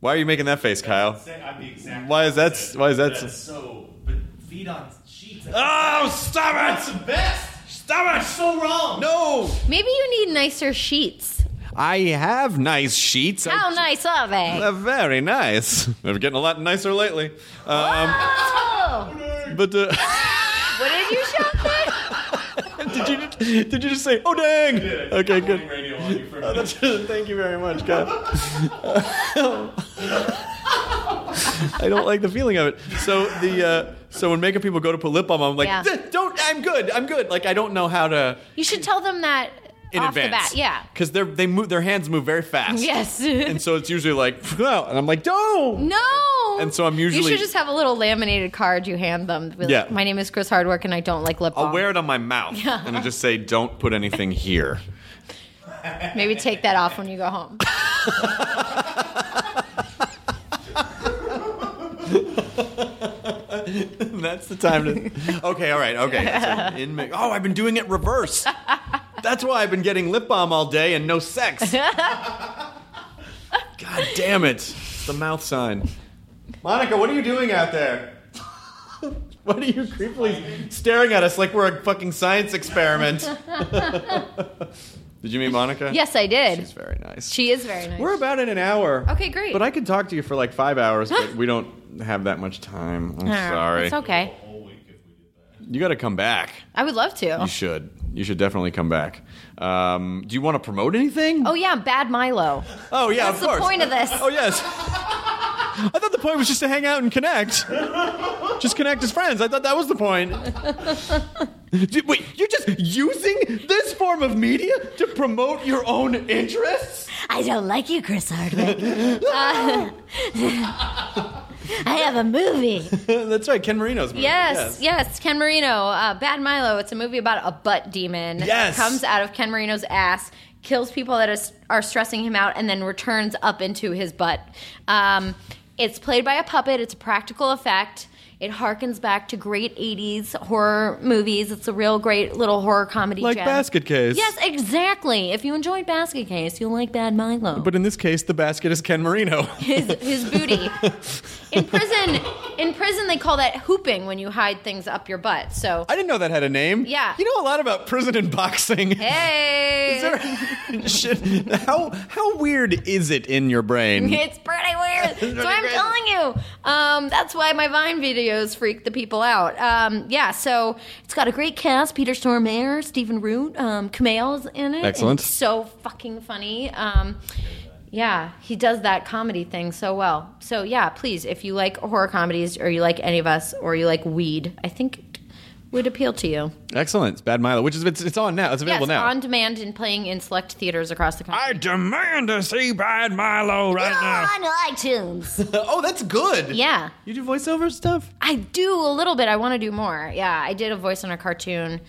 Speaker 2: Why are you making that face, Kyle?
Speaker 5: I'm the exact
Speaker 2: Why is that?
Speaker 5: opposite.
Speaker 2: Why is that?
Speaker 5: That's
Speaker 2: so-
Speaker 5: so. But feet on sheets.
Speaker 2: Oh, stop
Speaker 5: That's
Speaker 2: it!
Speaker 5: the best. Stop it. So wrong.
Speaker 2: No,
Speaker 4: Maybe you need nicer sheets.
Speaker 2: I have nice sheets. I-
Speaker 4: How nice are they?
Speaker 2: They're Uh, very nice. They're getting a lot nicer lately. Um,
Speaker 4: Oh,
Speaker 2: but uh,
Speaker 4: what did you shout there?
Speaker 2: did you just- did you just say? Oh dang! Okay, good.
Speaker 5: Radio on you for a
Speaker 2: Oh,
Speaker 5: minute.
Speaker 2: that's- Thank you very much, God. I don't like the feeling of it. So the uh, so when makeup people go to put lip balm, I'm like,
Speaker 4: Yeah.
Speaker 2: "Th- don't. I'm good. I'm good. Like I don't know how to
Speaker 4: You should tell them that
Speaker 2: in
Speaker 4: off
Speaker 2: advance.
Speaker 4: the bat. Yeah.
Speaker 2: because they they move their hands move very fast.
Speaker 4: Yes.
Speaker 2: and so it's usually like, "Wow," and I'm like, no,
Speaker 4: no.
Speaker 2: And so I'm usually-
Speaker 4: You should just have a little laminated card you hand them. Be like,
Speaker 2: Yeah.
Speaker 4: My name is Chris Hardwork, and I don't like lip balm.
Speaker 2: I'll wear it on my mouth and I just say, don't put anything here.
Speaker 4: Maybe take that off when you go home.
Speaker 2: That's the time to. Okay, all right, okay. So in ma- oh, I've been doing it reverse. That's why I've been getting lip balm all day and no sex. God damn it! It's the mouth sign. Monica, what are you doing out there? What are you creepily staring at us like we're a fucking science experiment? Did you meet Monica?
Speaker 4: Yes, I did.
Speaker 2: She's very nice.
Speaker 4: she is very nice.
Speaker 2: We're about in an hour.
Speaker 4: Okay, great.
Speaker 2: But I could talk to you for like five hours, but we don't have that much time. I'm
Speaker 4: Ah,
Speaker 2: sorry.
Speaker 4: It's okay.
Speaker 2: You got to come back.
Speaker 4: I would love to.
Speaker 2: You should. You should definitely come back. Um, do you want to promote anything?
Speaker 4: Oh yeah, bad Milo.
Speaker 2: Oh, yeah,
Speaker 4: What's
Speaker 2: of
Speaker 4: the
Speaker 2: course.
Speaker 4: point of this?
Speaker 2: Oh yes. I thought the point was just to hang out and connect. Just connect as friends. I thought that was the point. Dude, Wait, you're just using this form of media to promote your own interests?
Speaker 4: I don't like you, Chris Hardwick. Uh, I have a movie.
Speaker 2: That's right, Ken Marino's movie.
Speaker 4: Yes, yes, Ken Marino, uh, Bad Milo. It's a movie about a butt demon.
Speaker 2: Yes.
Speaker 4: comes out of Ken Marino's ass, kills people that is, are stressing him out, and then returns up into his butt. Um, it's played by a puppet. It's a practical effect. It harkens back to great '80s horror movies. It's a real great little horror comedy,
Speaker 2: Like
Speaker 4: gem.
Speaker 2: Basket Case.
Speaker 4: Yes, exactly. If you enjoyed Basket Case, you'll like Bad Milo.
Speaker 2: But in this case, the basket is Ken Marino.
Speaker 4: his his booty. In prison, in prison they call that hooping when you hide things up your butt. So
Speaker 2: I didn't know that had a name.
Speaker 4: Yeah.
Speaker 2: You know a lot about prison and boxing.
Speaker 4: hey,
Speaker 2: Is there- Shit. How how weird is it in your brain?
Speaker 4: it's pretty weird. so I'm
Speaker 2: crazy.
Speaker 4: telling you, um, that's why my Vine videos freak the people out. Um, yeah, so it's got a great cast: Peter Stormare, Stephen Root, um, Kumail's in it. and
Speaker 2: Excellent.
Speaker 4: it's so fucking funny. Um, yeah, he does that comedy thing so well. So yeah, please, if you like horror comedies, or you like any of us, or you like weed, I think it would appeal to you.
Speaker 2: Excellent. It's Bad Milo, which is it's, it's on now. It's
Speaker 4: Yes,
Speaker 2: available now.
Speaker 4: on demand and playing in select theaters across the country.
Speaker 2: demand to see Bad Milo right
Speaker 4: on iTunes.
Speaker 2: oh, that's good.
Speaker 4: yeah.
Speaker 2: You do voiceover stuff?
Speaker 4: I do a little bit. I want to do more. Yeah, I did a voice on a cartoon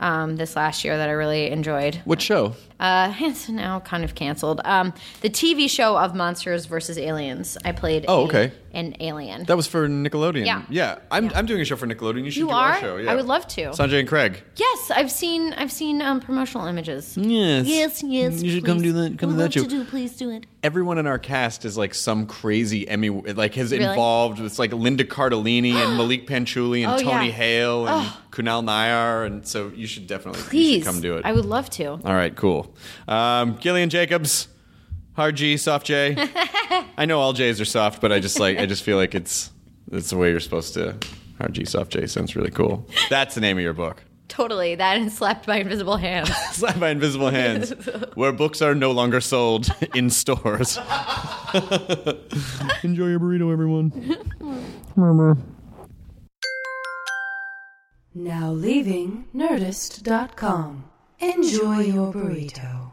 Speaker 4: um, this last year that I really enjoyed.
Speaker 2: What show?
Speaker 4: Uh, it's now kind of canceled. Um, the TV show of Monsters versus Aliens. I played.
Speaker 2: Oh,
Speaker 4: a
Speaker 2: okay.
Speaker 4: and Alien.
Speaker 2: That was for Nickelodeon.
Speaker 4: Yeah.
Speaker 2: I'm, I'm doing a show for Nickelodeon. You should
Speaker 4: You
Speaker 2: do
Speaker 4: are?
Speaker 2: our show. Yeah.
Speaker 4: I would love to.
Speaker 2: Sanjay and Craig.
Speaker 4: yes, I've seen I've seen um, promotional images.
Speaker 2: Yes.
Speaker 4: Yes, yes.
Speaker 2: Mm. You should come
Speaker 4: please.
Speaker 2: do that. Come
Speaker 4: Would
Speaker 2: to that
Speaker 4: love
Speaker 2: show.
Speaker 4: To do, please do it.
Speaker 2: Everyone in our cast is like some crazy Emmy. Like has
Speaker 4: Really?
Speaker 2: involved. It's like Linda Cardellini and Malik Panchuli and
Speaker 4: Oh,
Speaker 2: Tony
Speaker 4: yeah.
Speaker 2: Hale and Kunal Nair. And so you should definitely you should
Speaker 4: Please
Speaker 2: come do it.
Speaker 4: I would love to.
Speaker 2: All right, cool. Um, Gillian Jacobs, hard G, soft J. I know all J's are soft, but I just like I just feel like it's it's the way you're supposed to. Hard G, soft J sounds really cool. That's the name of your book.
Speaker 4: Totally. That and slapped by invisible hands.
Speaker 2: Slap by Invisible Hands, where books are no longer sold in stores. Enjoy your burrito, everyone.
Speaker 3: Now leaving Nerdist.com. Enjoy your burrito.